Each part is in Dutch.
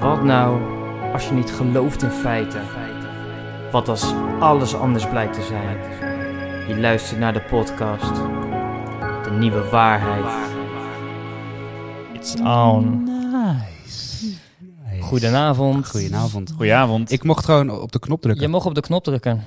Wat nou als je niet gelooft in feiten? Wat als alles anders blijkt te zijn? Je luistert naar de podcast. De nieuwe waarheid. It's on. Nice. Goedenavond. Goedenavond. Goedenavond. Ik mocht gewoon op de knop drukken. Je mag op de knop drukken.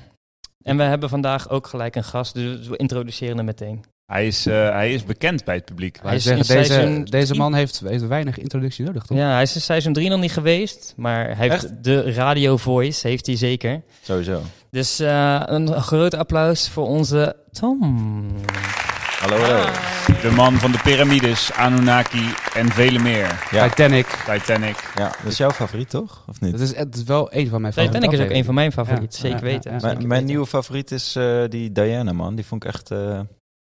En we hebben vandaag ook gelijk een gast, dus we introduceren hem meteen. Hij, is, eh, hij is bekend bij het publiek. Laat ik is zeggen, in deze, seizoen deze drie- man heeft, heeft weinig introductie nodig, toch? Ja, hij is in seizoen 3 nog niet geweest, maar hij heeft de radio voice, heeft hij zeker. Sowieso. Dus eh, een groot applaus voor onze Tom. Ah. Hallo, hallo. Ah. De man van de piramides, Anunnaki en vele meer. Ja. Titanic. Titanic. Ja, dat is jouw favoriet toch? Of niet? Dat is, het is wel een van mijn favoriete Titanic is ook een afleveringen. van mijn favorieten, Ja, zeker ja, ja, weten. ja. zeker mijn mijn weten. nieuwe favoriet is eh, die Diana, man. Die vond ik echt, eh,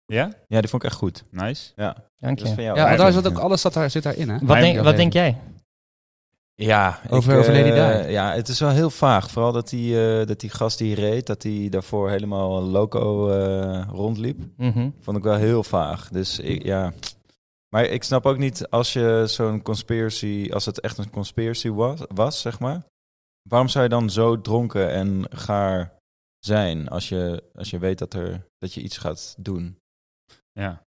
Ja? ja, die vond ik echt goed. Nice. Ja, Dank dat is van je. jou. Ja, want daar zat dat ook alles zat daar, zit daarin, hè? Wat, denk, Mijn- wat denk jij? Ja, Over- ik, over Lady eh, Di. Ja, het is wel heel vaag. Vooral dat die, eh, dat die gast die reed, dat die daarvoor helemaal loco eh, rondliep. Mhm. Vond ik wel heel vaag. Dus ik, ja. Maar ik snap ook niet als je zo'n conspiracy, als het echt een conspiracy was, was, zeg maar. Waarom zou je dan zo dronken en gaar zijn als je, als je weet dat, er, dat je iets gaat doen? Hm. Ja.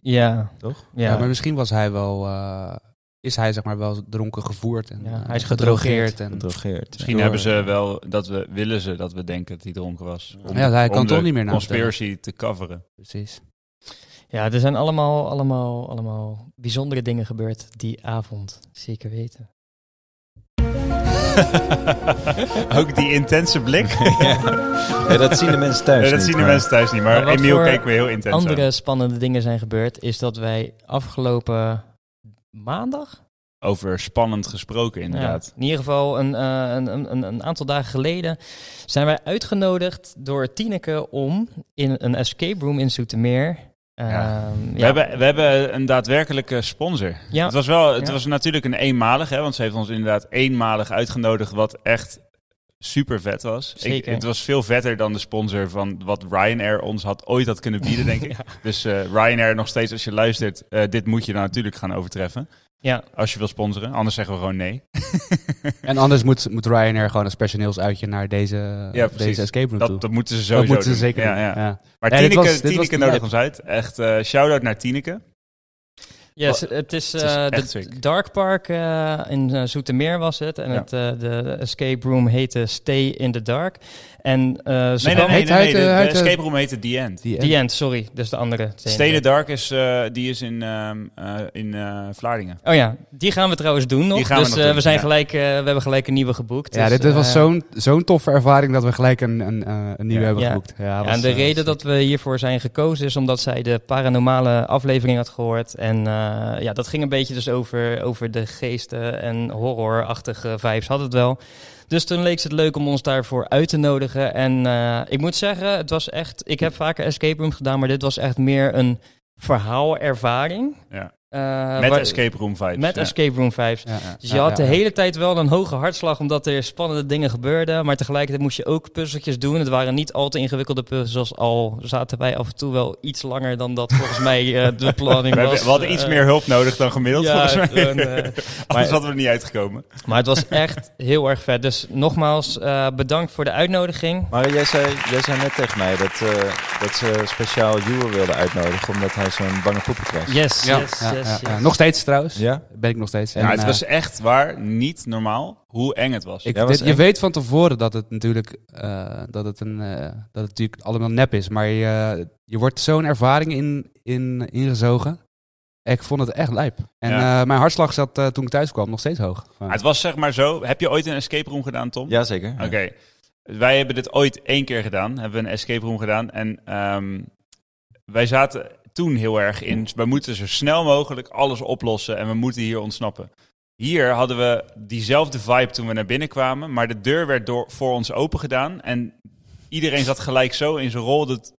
Ja. Toch? Ja. Ja, maar misschien was hij wel... eh, is hij zeg maar wel dronken gevoerd. En, Ja, eh, hij is en, Gedrogeerd. Misschien Door. hebben ze wel dat we willen ze dat we denken dat hij dronken was. Ja, hij kan om de toch niet meer naar conspiracy te coveren. Precies. ja, er zijn allemaal, allemaal, allemaal bijzondere dingen gebeurd die avond, zeker weten. ook die intense blik. Ja, dat zien de mensen thuis. Nee, dat niet, zien de maar- mensen thuis niet, maar, Maar wat Emiel voor keek me heel intens aan. Andere spannende dingen zijn gebeurd, is dat wij afgelopen maandag, Over spannend gesproken inderdaad. Ja, in ieder geval een, eh, een, een, een- een aantal dagen geleden, zijn wij uitgenodigd door Tineke om in een escape room in Zoetermeer. Ja. ehm, We, ja. hebben, we hebben een daadwerkelijke sponsor. Ja. Het was wel, het Ja. was natuurlijk een eenmalig, hè, want ze heeft ons inderdaad eenmalig uitgenodigd, wat echt super vet was. Ik, Zeker. het was veel vetter dan de sponsor van wat Ryanair ons had ooit had kunnen bieden, denk ik. Dus eh, Ryanair nog steeds, als je luistert, eh, dit moet je dan natuurlijk gaan overtreffen. Ja. Als je wil sponsoren, anders zeggen we gewoon nee. En anders moet, moet Ryanair gewoon als personeelsuitje naar deze, Ja, precies. deze escape room toe. Dat, dat moeten ze sowieso moeten ze doen. zeker Ja, doen. ja. Ja. Maar Nee, dit Tineke, was- dit was Tineke de nodig app. ons uit. Echt eh shout-out naar Tineke. Yes, het is, het is eh, echt de sick. Dark Park eh, in eh, Zoetermeer was het. En Ja. het, eh, de escape room heette Stay in the Dark. En eh ze Nee, kwam- nee, nee, Heet nee, hij nee, het, De, eh, de hij het, eh, escape room heette The End. Die, The End, sorry. Dus de andere. Stenen Dark is, eh, die is in, ehm, eh, in eh, Vlaardingen. Oh ja, die gaan we trouwens doen nog. Die gaan we dus nog eh, doen, we, zijn ja. gelijk, eh, we hebben gelijk een nieuwe geboekt. Ja, Dus, dit, dit was eh, zo'n zo'n toffe ervaring dat we gelijk een, een, eh, een nieuwe Ja. hebben Ja. geboekt. Ja, ja, was, en de eh, reden dat we hiervoor zijn gekozen is omdat zij de paranormale aflevering had gehoord. En eh, ja, dat ging een beetje dus over, over de geesten en horrorachtige vibes had het wel. Dus toen leek het leuk om ons daarvoor uit te nodigen. En eh, ik moet zeggen, het was echt. Ik heb vaker escape rooms gedaan, maar dit was echt meer een verhaalervaring. Ja. Eh, Met waar- escape room vibes. Met ja. escape room vibes. Ja. Dus je Ja, had de ja, ja. hele tijd wel een hoge hartslag omdat er spannende dingen gebeurden. Maar tegelijkertijd moest je ook puzzeltjes doen. Het waren niet al te ingewikkelde puzzels. Al zaten wij af en toe wel iets langer dan dat volgens mij eh, de We, planning hebben- was. we hadden iets Eh, meer hulp nodig dan gemiddeld, ja, volgens mij. en, eh, Anders hadden we er niet uitgekomen. maar het was echt heel erg vet. Dus nogmaals, eh, bedankt voor de uitnodiging. Maar jij zei, jij zei net tegen mij dat, eh, dat ze speciaal Juwe wilden uitnodigen omdat hij zo'n bange poepert Yes, was. Ja, yes, ja, yes, ja, ja. yes. Nog steeds trouwens. Ja? Ben ik nog steeds. En, Ja, Ja, Nou, het eh, was echt waar niet normaal hoe eng het was. ik, Ja, was dit- je echt- weet van tevoren dat het natuurlijk, eh, dat het een, eh, dat het natuurlijk allemaal nep is. Maar je, eh, je wordt zo'n ervaring in, in, ingezogen. Ik vond het echt lijp. En Ja. eh, mijn hartslag zat eh, toen ik thuis kwam nog steeds hoog. Maar het was zeg maar zo. Heb je ooit een escape room gedaan, Tom? Jazeker. Oké. Wij hebben dit ooit één keer gedaan. Hebben we een escape room gedaan. En ehm, wij zaten toen heel erg in. We moeten zo snel mogelijk alles oplossen. En we moeten hier ontsnappen. Hier hadden we diezelfde vibe toen we naar binnen kwamen. Maar de deur werd door, voor ons open gedaan. En iedereen zat gelijk zo in zijn rol. Dat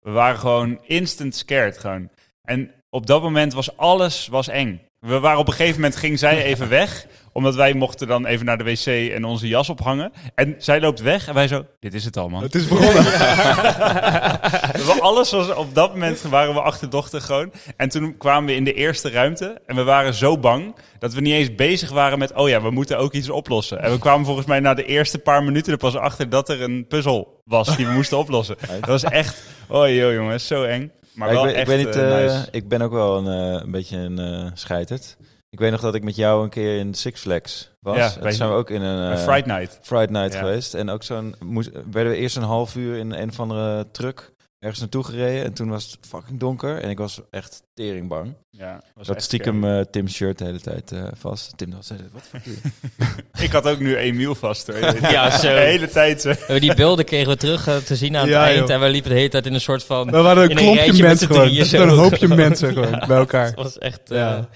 we waren gewoon instant scared. Gewoon. En op dat moment was alles was eng. We waren op een gegeven moment, ging zij even weg. Omdat wij mochten dan even naar de wc en onze jas ophangen. En zij loopt weg en wij zo, dit is het al man. Het is begonnen. We- Alles was op dat moment waren we achterdochtig gewoon. En toen kwamen we in de eerste ruimte en we waren zo bang dat we niet eens bezig waren met oh ja, we moeten ook iets oplossen. En we kwamen volgens mij na de eerste paar minuten er pas achter dat er een puzzel was die we moesten oplossen. Dat was echt oh joh jongens, zo eng. Maar Ja, wel ik, ben, echt ik, ben niet, eh, eh, nice. ik ben ook wel een, eh, een beetje een eh, scheiterd. Ik weet nog dat ik met jou een keer in Six Flags was. Ja, en weet toen zijn je. we ook in een Een eh, Fright night. Fright Night Ja. geweest. En ook zo'n moest, werden we eerst een half uur in een of andere truck ergens naartoe gereden. En toen was het fucking donker. En ik was echt tering bang. Ja, was Dat echt stiekem eh Tim's shirt de hele tijd eh, vast. Tim dacht, eh, wat voor eh, scary. Ik had ook nu Emiel vast. hoor. Je weet Ja, het. zo. De hele tijd. zo. Eh, Die beelden kregen we terug eh, te zien aan Ja, het eind. joh. En wij liepen de hele tijd in een soort van... We waren een In een klompje rijtje met mensen z'n gewoon. drieën zo. Een hoopje mensen gewoon Ja. bij elkaar. Het was echt, eh, Ja.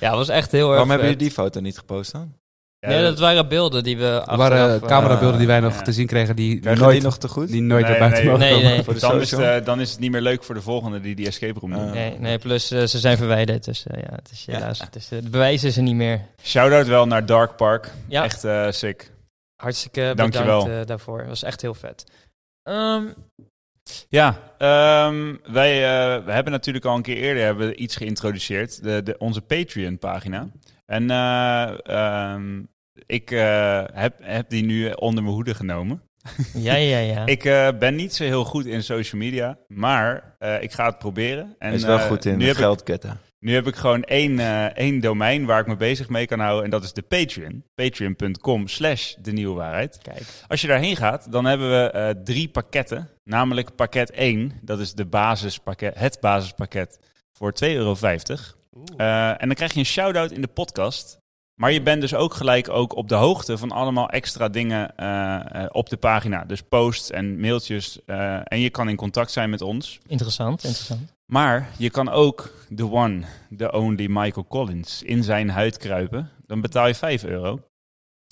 ja. het was echt heel erg... Waarom hebben vet. jullie die foto niet gepost dan? Nee, dat waren beelden die we Er achteraf... waren eh, camerabeelden die wij nog ja. te zien kregen die Krijgen nooit, die nog te goed? die nooit Nee, naar buiten nee, mogen nee, komen. nee. voor de dan, is social? het, eh, dan is het niet meer leuk voor de volgende die die escape room Ah. doen. Nee, nee, plus eh, ze zijn verwijderd. Dus eh, ja, het is helaas... Het, is, eh, het bewijs is er niet meer. Shout-out wel naar Dark Park. Ja. Echt eh, sick. Hartstikke Dankjewel. bedankt eh, daarvoor. Het was echt heel vet. Ehm, Ja, ehm, wij eh, we hebben natuurlijk al een keer eerder hebben we iets geïntroduceerd. De, de, onze Patreon-pagina. En eh, ehm, ik eh, heb, heb die nu onder mijn hoede genomen. ja, ja, ja. Ik eh, ben niet zo heel goed in social media, maar eh, ik ga het proberen. En, Hij is wel eh, goed in nu heb, ik, geldketten. nu heb ik gewoon één, eh, één domein waar ik me bezig mee kan houden. En dat is de Patreon. Patreon.com slash de nieuwe waarheid. Kijk. Als je daarheen gaat, dan hebben we eh, drie pakketten. Namelijk pakket 1, dat is de basispakket, het basispakket voor 2,50 euro. Eh, en dan krijg je een shout-out in de podcast. Maar je bent dus ook gelijk ook op de hoogte van allemaal extra dingen eh, eh, op de pagina. Dus posts en mailtjes. eh, en je kan in contact zijn met ons. Interessant, interessant. Maar je kan ook de one, the only Michael Collins in zijn huid kruipen. Dan betaal je 5 euro.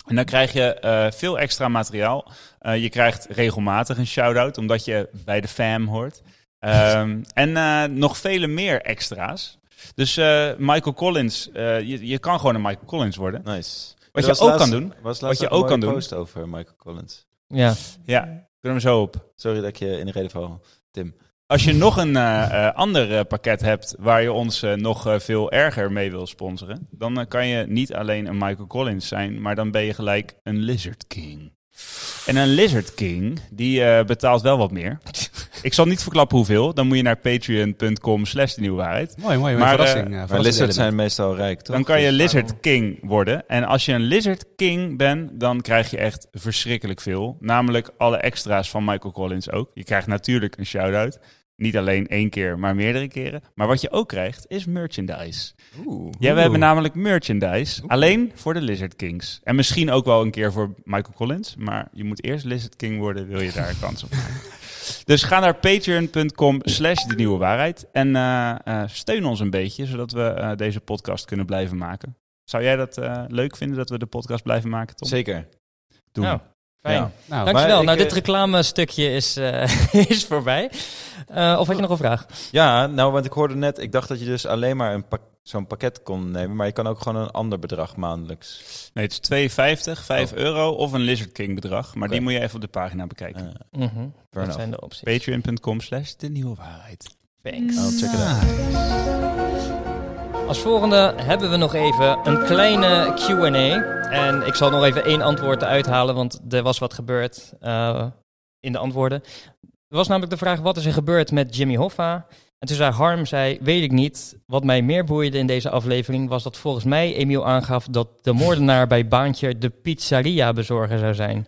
En dan krijg je eh, veel extra materiaal. Eh, je krijgt regelmatig een shout-out, omdat je bij de fam hoort. Ehm, en eh, nog vele meer extra's. Dus eh, Michael Collins, eh, je, je kan gewoon een Michael Collins worden. Nice. Wat Er je was ook laatst- kan doen. er was laatst Wat je ook een ook kan mooie doen. post over Michael Collins. Ja. Ja, kunnen we hem zo op. Sorry dat ik je in de reden val. Als je nog een eh, eh, ander eh, pakket hebt waar je ons eh, nog eh, veel erger mee wil sponsoren, dan eh, kan je niet alleen een Michael Collins zijn, maar dan ben je gelijk een Lizard King. En een Lizard King, die eh, betaalt wel wat meer. Ik zal niet verklappen hoeveel, dan moet je naar patreon.com slash de nieuwe waarheid. Mooi, mooi. Maar, Maar, eh, verrassing. eh, Maar verrassing lizards element. zijn meestal rijk, toch? Dan kan je Dus- Lizard King worden. En als je een Lizard King bent, dan krijg je echt verschrikkelijk veel. Namelijk alle extra's van Michael Collins ook. Je krijgt natuurlijk een shout-out. Niet alleen één keer, maar meerdere keren. Maar wat je ook krijgt, is merchandise. Oeh. Ja, we Oeh. hebben namelijk merchandise. Alleen voor de Lizard Kings. En misschien ook wel een keer voor Michael Collins. Maar je moet eerst Lizard King worden, wil je daar kans op maken. Dus ga naar patreon.com slash de nieuwe waarheid. En eh, eh, steun ons een beetje, zodat we eh, deze podcast kunnen blijven maken. Zou jij dat eh, leuk vinden, dat we de podcast blijven maken, Tom? Zeker. Doen. Nou, fijn. Ja. Nou, Dankjewel. ik, nou, dit eh, reclame stukje is, eh, is voorbij. Eh, of had je nog een vraag? Ja, nou, want ik hoorde net, ik dacht dat je dus alleen maar een pak- zo'n pakket kon nemen, maar je kan ook gewoon een ander bedrag maandelijks. Nee, het is 2,50, 5 euro of een Lizard King bedrag. Maar Oh. Oké. die moet je even op de pagina bekijken. Eh, Mhm. fair Dat enough. zijn de opties. Patreon.com slash de nieuwe waarheid. Ah. Thanks. I'll Oh, check it out. Als volgende hebben we nog even een kleine QA. En ik zal nog even één antwoord eruit halen, want er was wat gebeurd eh, in de antwoorden. Er was namelijk de vraag: wat is er gebeurd met Jimmy Hoffa? En toen zei Harm: zei, Weet ik niet. Wat mij meer boeide in deze aflevering was dat volgens mij Emiel aangaf dat de moordenaar bij Baantje de pizzeria-bezorger zou zijn.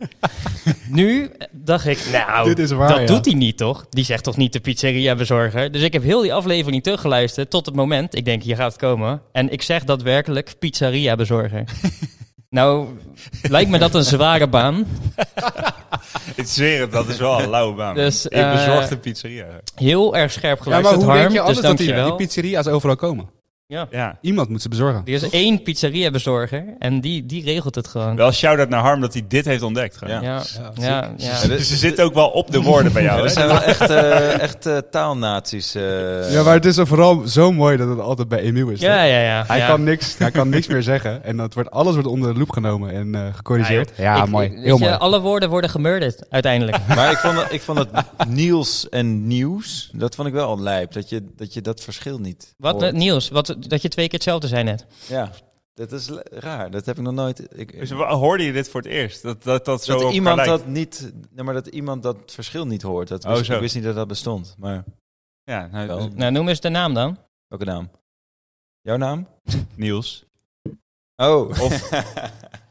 nu dacht ik: Nou, Dit is waar, dat ja. doet hij niet toch? Die zegt toch niet de pizzeria-bezorger? Dus ik heb heel die aflevering teruggeluisterd tot het moment. Ik denk: Hier gaat het komen. En ik zeg daadwerkelijk pizzeria-bezorger. nou, lijkt me dat een zware baan. Ik zweer het, dat is wel een lauwe baan. Dus, ik eh, bezorg de pizzeria. Heel erg scherp Ja, geluisterd, maar hoe Harm. denk je anders dus dat dank die, je wel. die pizzeria's overal komen? Ja. Ja. Iemand moet ze bezorgen. Er is één pizzeria-bezorger en die, die regelt het gewoon. Wel shout-out naar Harm dat hij dit heeft ontdekt. gewoon. Ja, ja, ja. Ja, dit- Dus ze zitten ook wel op de woorden bij jou. Er hè? zijn wel echt, eh, echt eh, taalnazi's. eh. Ja, maar het is dan vooral zo mooi dat het altijd bij Emiel is. Ja, ja, ja. Hij, ja. Kan niks, hij kan niks meer zeggen. En dat wordt, alles wordt onder de loep genomen en eh, gecorrigeerd. Ja, Ik- ik- weet je, alle woorden worden gemurderd uiteindelijk. Maar ik vond, dat- ik vond dat Niels en nieuws, dat vond ik wel lijp. Dat je dat, je dat verschil niet Wat hoort. eh, Niels, wat, dat je twee keer hetzelfde zei net. Ja, dat is le- raar. Dat heb ik nog nooit... Ik, Dus wa- hoorde je dit voor het eerst? Dat, dat, dat zo op dat elkaar iemand lijkt. dat niet... Nee, maar dat iemand dat verschil niet hoort. Dat Oh, wist, zo. ik wist niet dat dat bestond. Maar Ja, nou, wel. Nou, noem eens de naam dan. Welke naam? Jouw naam? Niels. Oh. Of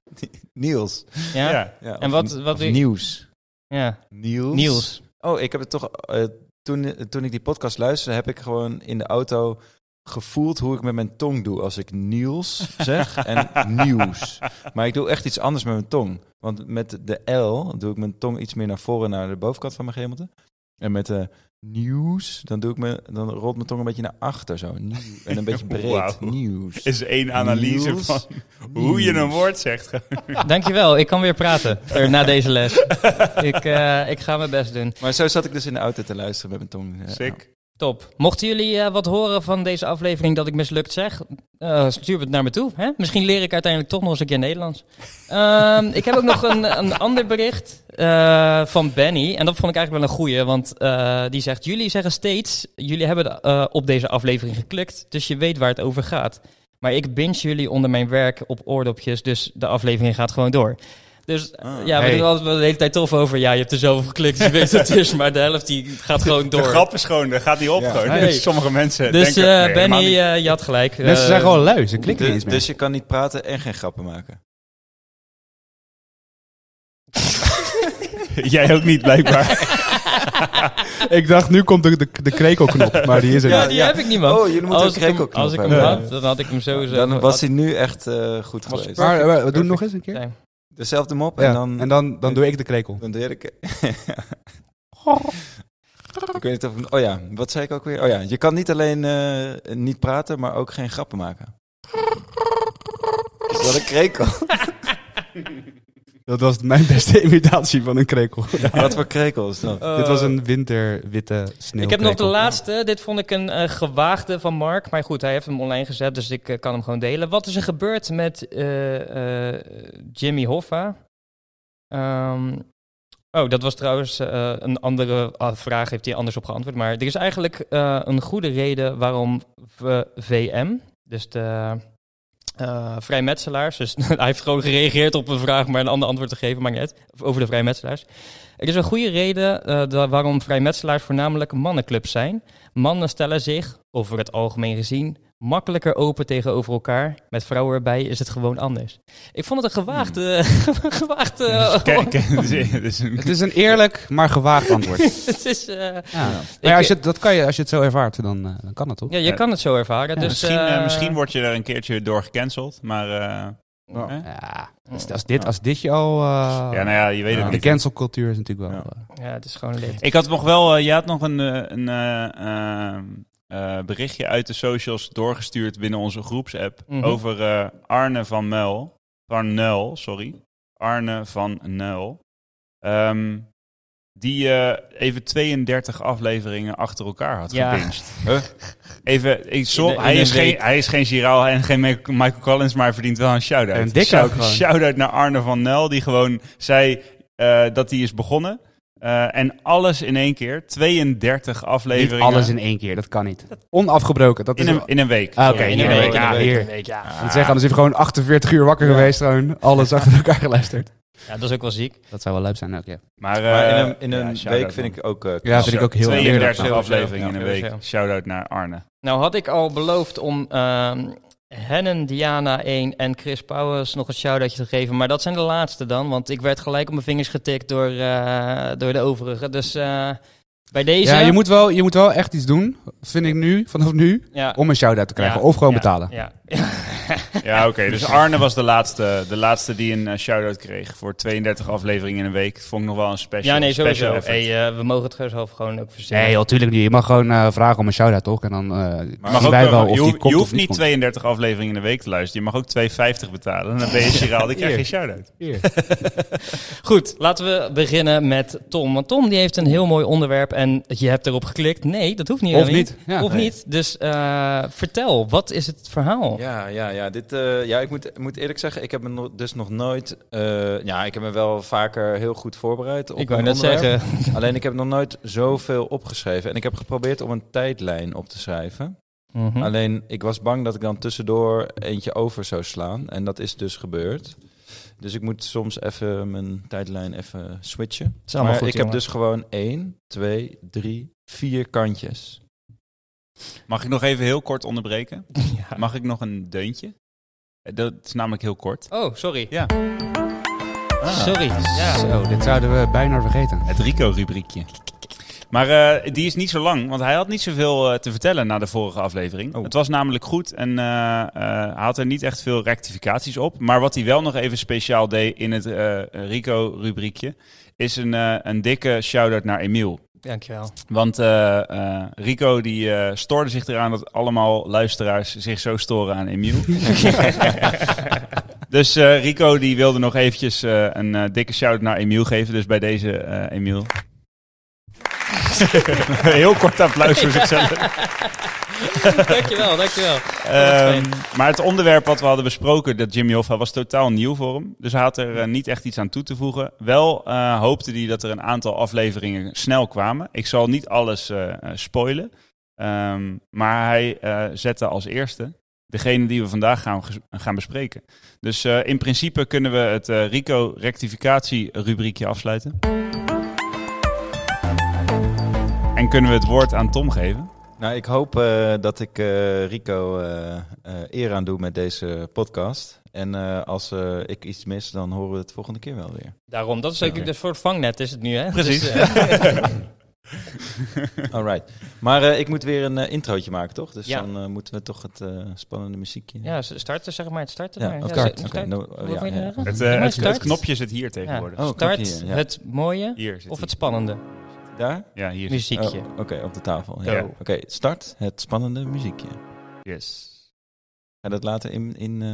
Niels. Ja? Ja, En of- wat- wat of doe je- nieuws. Ja, Niels. Niels. Oh, ik heb het toch... eh, toen, toen ik die podcast luisterde, heb ik gewoon in de auto gevoeld hoe ik met mijn tong doe als ik Niels zeg en nieuws. Maar ik doe echt iets anders met mijn tong. Want met de L doe ik mijn tong iets meer naar voren, naar de bovenkant van mijn gehemelte. En met de nieuws, dan, doe ik me, dan rolt mijn tong een beetje naar achter zo. Nieuw- En een beetje breed. Wauw. Nieuws. Is één analyse Niels. van hoe je een Niels. woord zegt. Dankjewel, ik kan weer praten er, na deze les. Ik, eh, ik ga mijn best doen. Maar zo zat ik dus in de auto te luisteren met mijn tong. eh, Sick. Top. Mochten jullie eh, wat horen van deze aflevering dat ik mislukt zeg, eh, stuur het naar me toe. Hè? Misschien leer ik uiteindelijk toch nog eens een keer Nederlands. Ehm, ik heb ook nog een, een ander bericht eh, van Benny. En dat vond ik eigenlijk wel een goeie, want eh, die zegt... Jullie zeggen steeds, jullie hebben eh, op deze aflevering geklikt, dus je weet waar het over gaat. Maar ik binge jullie onder mijn werk op oordopjes, dus de aflevering gaat gewoon door. Dus eh, Ah. ja, we Hey. doen altijd wel de hele tijd tof over... ja, je hebt er zelf op geklikt, dus je weet wat het is, maar de helft die gaat gewoon door. De grap is gewoon, dat gaat niet op Ja. gewoon. Nee. Sommige mensen Dus denken... eh, nee, helemaal Benny, niet. eh, je had gelijk. Mensen Eh, zijn gewoon lui, ze Dus, klikken niet eens meer. dus je kan niet praten en geen grappen maken. Jij ook niet, blijkbaar. ik dacht, nu komt de, de, de krekelknop, maar die is er Ja, niet. die ja. heb ik niet, man. Oh, jullie moeten als een ik hem- krekelknop Als ik hem hebben. had, dan had ik hem sowieso... Dan was had- hij nu echt eh, goed geweest. perfect. Maar eh, we doen Perfect. nog eens een keer. zijn. Dezelfde mop Ja, en dan... dan, dan doe ik de krekel. Dan deed ik... ik weet niet of... ik- Oh ja, wat zei ik ook weer? Oh ja, je kan niet alleen eh, niet praten, maar ook geen grappen maken. Is dat een krekel? Dat was mijn beste imitatie van een krekel. Eh, Wat voor krekel is dat? Dit was een winterwitte sneeuw. Ik heb nog de laatste. Dit vond ik een eh, gewaagde van Mark. Maar goed, hij heeft hem online gezet, dus ik eh, kan hem gewoon delen. Wat is er gebeurd met eh, eh, Jimmy Hoffa? Ehm, oh, dat was trouwens eh, een andere ah, vraag. Heeft hij anders op geantwoord. Maar er is eigenlijk eh, een goede reden waarom we VM, dus de eh vrijmetselaars, dus hij heeft gewoon gereageerd op een vraag, maar een ander antwoord te geven, maakt niet uit, over de vrijmetselaars. Er is een goede reden eh, da- waarom vrijmetselaars voornamelijk mannenclubs zijn. Mannen stellen zich, over het algemeen gezien, makkelijker open tegenover elkaar. Met vrouwen erbij is het gewoon anders. Ik vond het een gewaagde... gewaagde Kijk, dus, dus een- Het is een eerlijk, maar gewaagd antwoord. het is, eh, Ja. Maar ja, als je, het- dat kan je, als je het zo ervaart, dan, eh, dan kan dat toch? ja, je kan het zo ervaren. dus, misschien, eh, eh, misschien word je er een keertje door gecanceld, maar... eh, Ja. hè? Ja, Dus als, als dit, als dit je al... eh, Ja, nou ja, je weet Ja. het de niet. cancelcultuur is natuurlijk wel... Ja. eh, Ja, het is gewoon lid. Ik had nog wel, eh, je had nog een, eh, een eh, eh, eh, berichtje uit de socials doorgestuurd binnen onze groepsapp Mhm. over eh, Arne van Mel. Van Nuil, sorry. Arne van Nuil. Ehm, die eh, even 32 afleveringen achter elkaar had Ja. gebinged. Even, ik, zo, In een- hij, in is een geen, week. hij is geen Giraal en geen Ma- Michael Collins, maar hij verdient wel een shout-out. Een dikke Shout- ook gewoon. Shout-out naar Arne van Nel, die gewoon zei eh, dat hij is begonnen. Eh, en alles in één keer, 32 Niet afleveringen alles in één keer, dat kan niet. Onafgebroken, dat is... in een, Ah. in een week. Ah, Oké, Sorry, in een week, ja, in een hier. in een week, ja. Ik moet zeggen, anders heeft gewoon 48 uur wakker Ja. geweest, gewoon alles achter elkaar geluisterd. ja, dat is ook wel ziek. Dat zou wel leuk zijn ook, ja. Maar, eh, Maar in een, in ja, een shout-out, week vind man. ik ook... eh, Ja, knap. vind ik ook heel eerlijk. 32 Sowieso, afleveringen in ja, een week. sowieso. Shout-out naar Arne. Nou had ik al beloofd om ehm Hennen, Diana 1 en Chris Powers nog een shout-outje te geven. Maar dat zijn de laatste dan, want ik werd gelijk op mijn vingers getikt door, eh, door de overigen. Dus eh, bij deze... Ja, je moet, wel, je moet wel echt iets doen, vind ik nu, vanaf nu, Ja, om een shout-out te krijgen. ja, of gewoon ja, betalen. Ja, ja. Ja, oké. Dus Arne was de laatste, de laatste die een eh, shout-out kreeg voor 32 afleveringen in een week. Vond ik nog wel een special. Ja, nee, special sowieso. effort. Hey, eh, we mogen het gewoon zelf gewoon ook verzinnen. Nee, joh, tuurlijk niet. Je mag gewoon eh, vragen om een shout-out, toch? En dan eh Maar zien ook wij wel- wel of je, die hoeft- komt je of hoeft niet komt. 32 afleveringen in de week te luisteren. Je mag ook 2,50 betalen. Dan ben je Giraal, dan krijg je Hier. geen shout-out. Goed, laten we beginnen met Tom. Want Tom die heeft een heel mooi onderwerp en je hebt erop geklikt. Nee, dat hoeft niet. Of Remy. niet. Ja. Of Nee. niet. Dus eh, vertel, wat is het verhaal? Ja, ja, ja. Dit, eh, ja ik moet, moet eerlijk zeggen, ik heb me no- dus nog nooit... eh, ja, ik heb me wel vaker heel goed voorbereid op ik wou een net onderwerp. zeggen. Alleen ik heb nog nooit zoveel opgeschreven. En ik heb geprobeerd om een tijdlijn op te schrijven. Mhm. Alleen ik was bang dat ik dan tussendoor eentje over zou slaan. En dat is dus gebeurd. Dus ik moet soms even mijn tijdlijn even switchen. is allemaal Maar goed, ik heb jongen. dus gewoon 1, 2, 3, 4 kantjes. Mag ik nog even heel kort onderbreken? Ja. Mag ik nog een deuntje? Eh, Dat is namelijk heel kort. Oh, sorry. Ja. Ah. Sorry. Ja. Zo, dit zouden we bijna vergeten. Het Rico-rubriekje. Maar eh, die is niet zo lang, want hij had niet zoveel eh, te vertellen na de vorige aflevering. Oh. Het was namelijk goed en eh, eh, hij had er niet echt veel rectificaties op. Maar wat hij wel nog even speciaal deed in het eh, Rico-rubriekje, is een, eh, een dikke shout-out naar Emiel. Dankjewel. Want eh, eh, Rico die eh, stoorde zich eraan dat allemaal luisteraars zich zo storen aan Emiel. dus eh, Rico die wilde nog eventjes eh, een eh, dikke shout naar Emiel geven. Dus bij deze eh Emiel. Heel kort applaus voor zichzelf. dankjewel, dankjewel. Ehm, maar het onderwerp wat we hadden besproken, dat Jimmy Hoffa, was totaal nieuw voor hem. Dus hij had er eh, niet echt iets aan toe te voegen. Wel eh, hoopte hij dat er een aantal afleveringen snel kwamen. Ik zal niet alles eh, eh, spoilen. Ehm, maar hij eh, zette als eerste degene die we vandaag gaan, ges- gaan bespreken. Dus eh, in principe kunnen we het eh, Rico rectificatie rubriekje afsluiten. En kunnen we het woord aan Tom geven? Nou, ik hoop eh, dat ik eh, Rico eh, eh, eer aan doe met deze podcast. En eh, als eh, ik iets mis, dan horen we het volgende keer wel weer. Daarom, dat is ook Oké. een soort vangnet is het nu, hè? Precies. Dus, eh, Alright. Maar eh, ik moet weer een eh, introotje maken, toch? Dus Ja. dan eh, moeten we toch het eh, spannende muziekje. ja, ze starten zeg maar, het starten. maar. ja, Ja, oké. start, Oké, start. nou, Wat ja, wil je ja. zeggen? Het, Ja, eh, het, start. het knopje zit hier tegenwoordig. Oh, Start knopje, ja. het mooie Hier zit of hij. het spannende Daar? Ja, hier zit muziekje. Oh, Oké, op de tafel. Ja. Go. Ja. Oké, start het spannende muziekje. Yes. Ga je dat later in, in eh,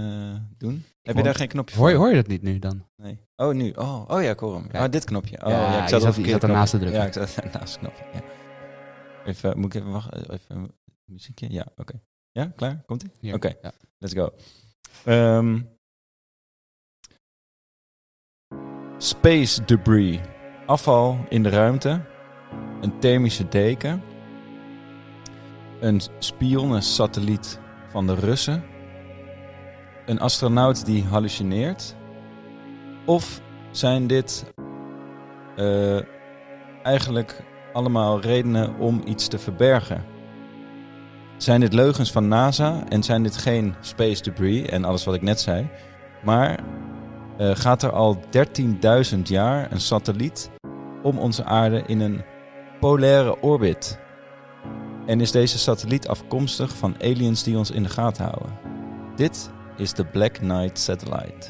doen? Heb je hoor- daar geen knopje Hoor je, voor? hoor je dat niet nu dan? Nee. Oh, nu. Oh, oh ja, ik hoor hem. Kijk. Oh, dit knopje. Oh, Ja, ja, je ik zat- zat, je al verkeerd zat ernaast te knopje. drukken. Ja, ik zat ernaast te knopje. Ja. Even, eh, moet ik even wachten? Even een muziekje? Ja, oké. Ja, klaar? Komt ie? Hier. Oké. Ja. Let's go. Ehm, space debris. Afval in de ruimte. Een thermische deken. Een spionnensatelliet van de Russen. Een astronaut die hallucineert. Of zijn dit eh, eigenlijk allemaal redenen om iets te verbergen? Zijn dit leugens van NASA en zijn dit geen space debris en alles wat ik net zei? Maar eh, gaat er al 13.000 jaar een satelliet om onze aarde in een polaire orbit? En is deze satelliet afkomstig van aliens die ons in de gaten houden? Dit is de Black Knight Satellite.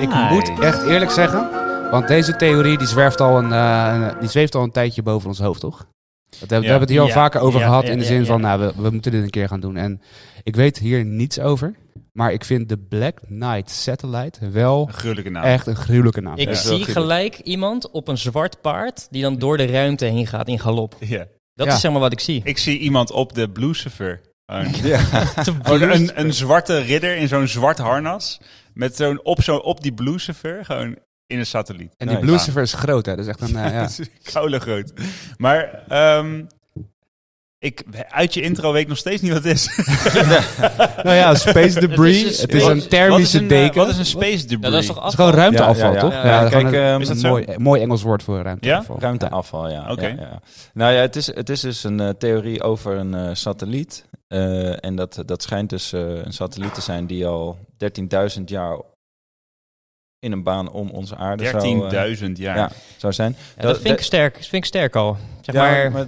Ik moet echt eerlijk zeggen, want deze theorie die zwerft al een, eh, een- die zweeft al een tijdje boven ons hoofd, toch? Dat hebben, We Ja. hebben het hier al Ja. vaker over Ja, gehad ja, in de ja, zin ja. van, nou, we, we moeten dit een keer gaan doen. En ik weet hier niets over, maar ik vind de Black Knight Satellite wel Een gruwelijke naam. echt een gruwelijke naam. Ik Ja. Wel zie goed. gelijk iemand op een zwart paard die dan door de ruimte heen gaat in galop. Ja. Dat Ja. is zeg maar wat ik zie. Ik zie iemand op de Blucifer. Oh, Ja. een, een zwarte ridder in zo'n zwart harnas. Met zo'n op, zo, op die Blucifer gewoon in een satelliet. En die Nice. Lucifer is groot, hè? Dat is echt een, eh, ja. Dat is Koude groot. Maar ehm, ik, uit je intro weet ik nog steeds niet wat het is. Nou ja, space debris. Het is Het een is, space- een thermische dus- wat is een, eh, deken. wat is een space debris? Ja, dat is toch Het is afval? gewoon ruimteafval, Ja, ja, ja. toch? Ja, kijk, gewoon ehm, een is dat zo? mooi, eh, mooi Engels woord voor ruimteafval. Ruimteafval, ja. Oké. ja, ja. Nou ja, het is, het is dus een eh, theorie over een eh, satelliet. Eh, en dat, dat schijnt dus eh, een satelliet te zijn die al 13.000 jaar in een baan om onze aarde zou, eh, 13.000 jaar. ja, zou zijn. Ja, dat, vind ik sterk, dat vind ik sterk al. Zeg ja, maar, maar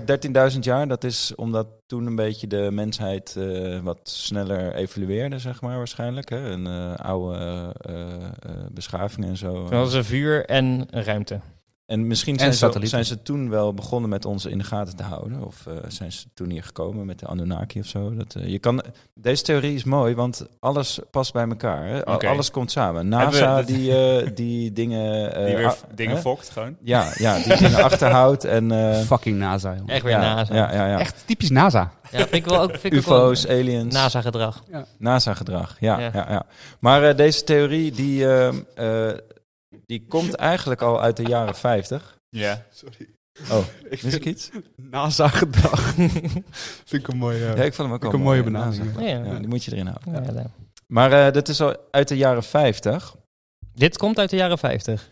13.000 jaar, dat is omdat toen een beetje de mensheid eh, wat sneller evolueerde, zeg maar waarschijnlijk. Hè? Een eh, oude eh, eh, beschaving en zo. dat is een vuur en een ruimte. En misschien zijn, ze, satellieten. zijn ze toen wel begonnen met ons in de gaten te houden. Of eh, zijn ze toen hier gekomen met de Anunnaki of zo. Dat, eh, je kan, deze theorie is mooi, want alles past bij elkaar. Hè? Al- Oké. Alles komt samen. Hebben NASA we- die, eh, die dingen... eh, Die weer ah, f- dingen hè? fokt gewoon. Ja, ja, die dingen achterhoudt en... eh, Fucking NASA, jongen. Echt weer ja, NASA. Ja, ja, ja. Echt typisch NASA. Ja, vind ik wel ook. Vind ik ook wel- UFO's, aliens. NASA-gedrag. NASA-gedrag, ja. Ja. ja. ja, Maar eh, deze theorie die, ehm, eh, die komt eigenlijk al uit de jaren 50. Ja. Oh, mis ik iets? NASA-gedrag. Vind ik een mooie... Ja, ik vond hem ook al een mooie mooi, benadering. NASA. Ja. Ja, die moet je erin houden. Ja, ja. Maar eh, dat is al uit de jaren 50. Dit komt uit de jaren 50.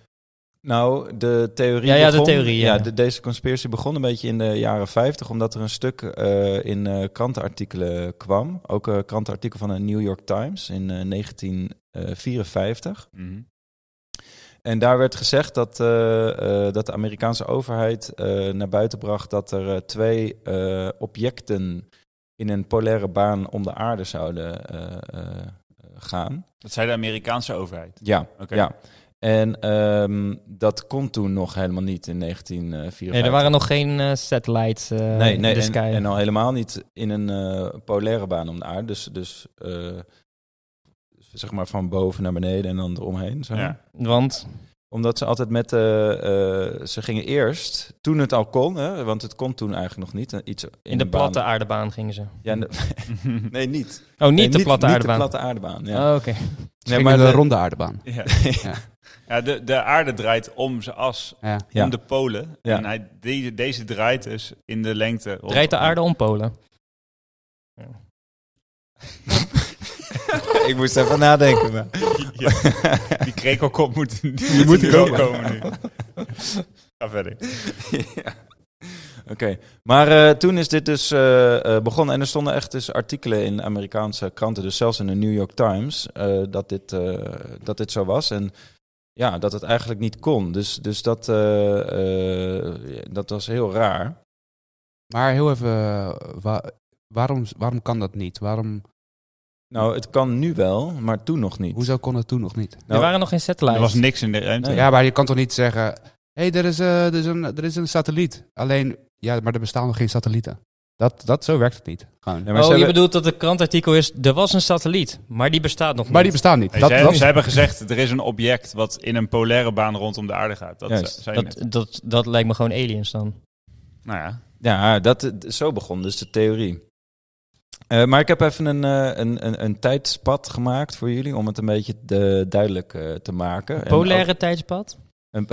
Nou, de theorie. Ja, ja, de begon- theorie, ja. de- deze conspiratie begon een beetje in de jaren 50, omdat er een stuk eh, in eh, krantenartikelen kwam. Ook een krantenartikel van de New York Times in eh, 1954. Mhm. En daar werd gezegd dat, eh, eh, dat de Amerikaanse overheid eh, naar buiten bracht dat er eh, twee eh, objecten in een polaire baan om de aarde zouden eh, eh, gaan. Dat zei de Amerikaanse overheid. Ja, Oké. ja. En ehm, dat kon toen nog helemaal niet in 1954. Nee, er waren nog geen eh, satellites eh, nee, nee, in de en, sky. en al helemaal niet in een eh, polaire baan om de aarde. Dus, dus eh, zeg maar van boven naar beneden en dan eromheen. Zo. Ja. Want Omdat ze altijd met. eh, eh, ze gingen eerst, toen het al kon, hè, want het kon toen eigenlijk nog niet. eh, Iets in, in, de baan. platte aardebaan gingen ze. Ja, in de- nee, niet. Oh, niet Nee, de platte niet aardebaan. de platte aardebaan. Ja. Oh, Oké. nee, maar de de- ronde aardebaan. ja. Ja. Ja, de, de aarde draait om zijn as, Ja. Ja. om de polen. Ja. En hij, deze, deze draait dus in de lengte. om- Draait de aarde om Polen. Ik moest even nadenken. maar- Ja, die krekelkop moet, die moet, moet er wel komen. komen nu. Ga verder. Ja. Oké, maar eh, toen is dit dus eh, eh, begonnen en er stonden echt dus artikelen in Amerikaanse kranten, dus zelfs in de New York Times, eh, dat, dit, eh, dat dit zo was en ja, dat het eigenlijk niet kon. Dus, dus dat, eh, eh, dat was heel raar. Maar heel even... eh, wa- waarom, waarom kan dat niet? Waarom, Nou, het kan nu wel, maar toen nog niet. hoezo kon het toen nog niet? Nou, er waren nog geen satellites. Er was niks in de ruimte. Nee. Ja, maar je kan toch niet zeggen... Hé, hey, er, is, eh, er, is een- er is een satelliet. Alleen, ja, maar er bestaan nog geen satellieten. Dat, dat, zo werkt het niet. Gewoon. Ja, maar Oh, ze je hebben- bedoelt dat de krantartikel is, er was een satelliet, maar die bestaat nog Maar die niet. bestaan niet. Nee, Dat, zij- dat, Ze hebben gezegd, er is een object wat in een polaire baan rondom de aarde gaat. Dat Juist. zijn dat, dat, dat lijkt me gewoon aliens dan. Nou ja. Ja, dat, zo begon dus de theorie. Eh, maar ik heb even een, eh, een, een, een tijdspad gemaakt voor jullie om het een beetje eh, duidelijk eh, te maken. En Polaire tijdspad? Een-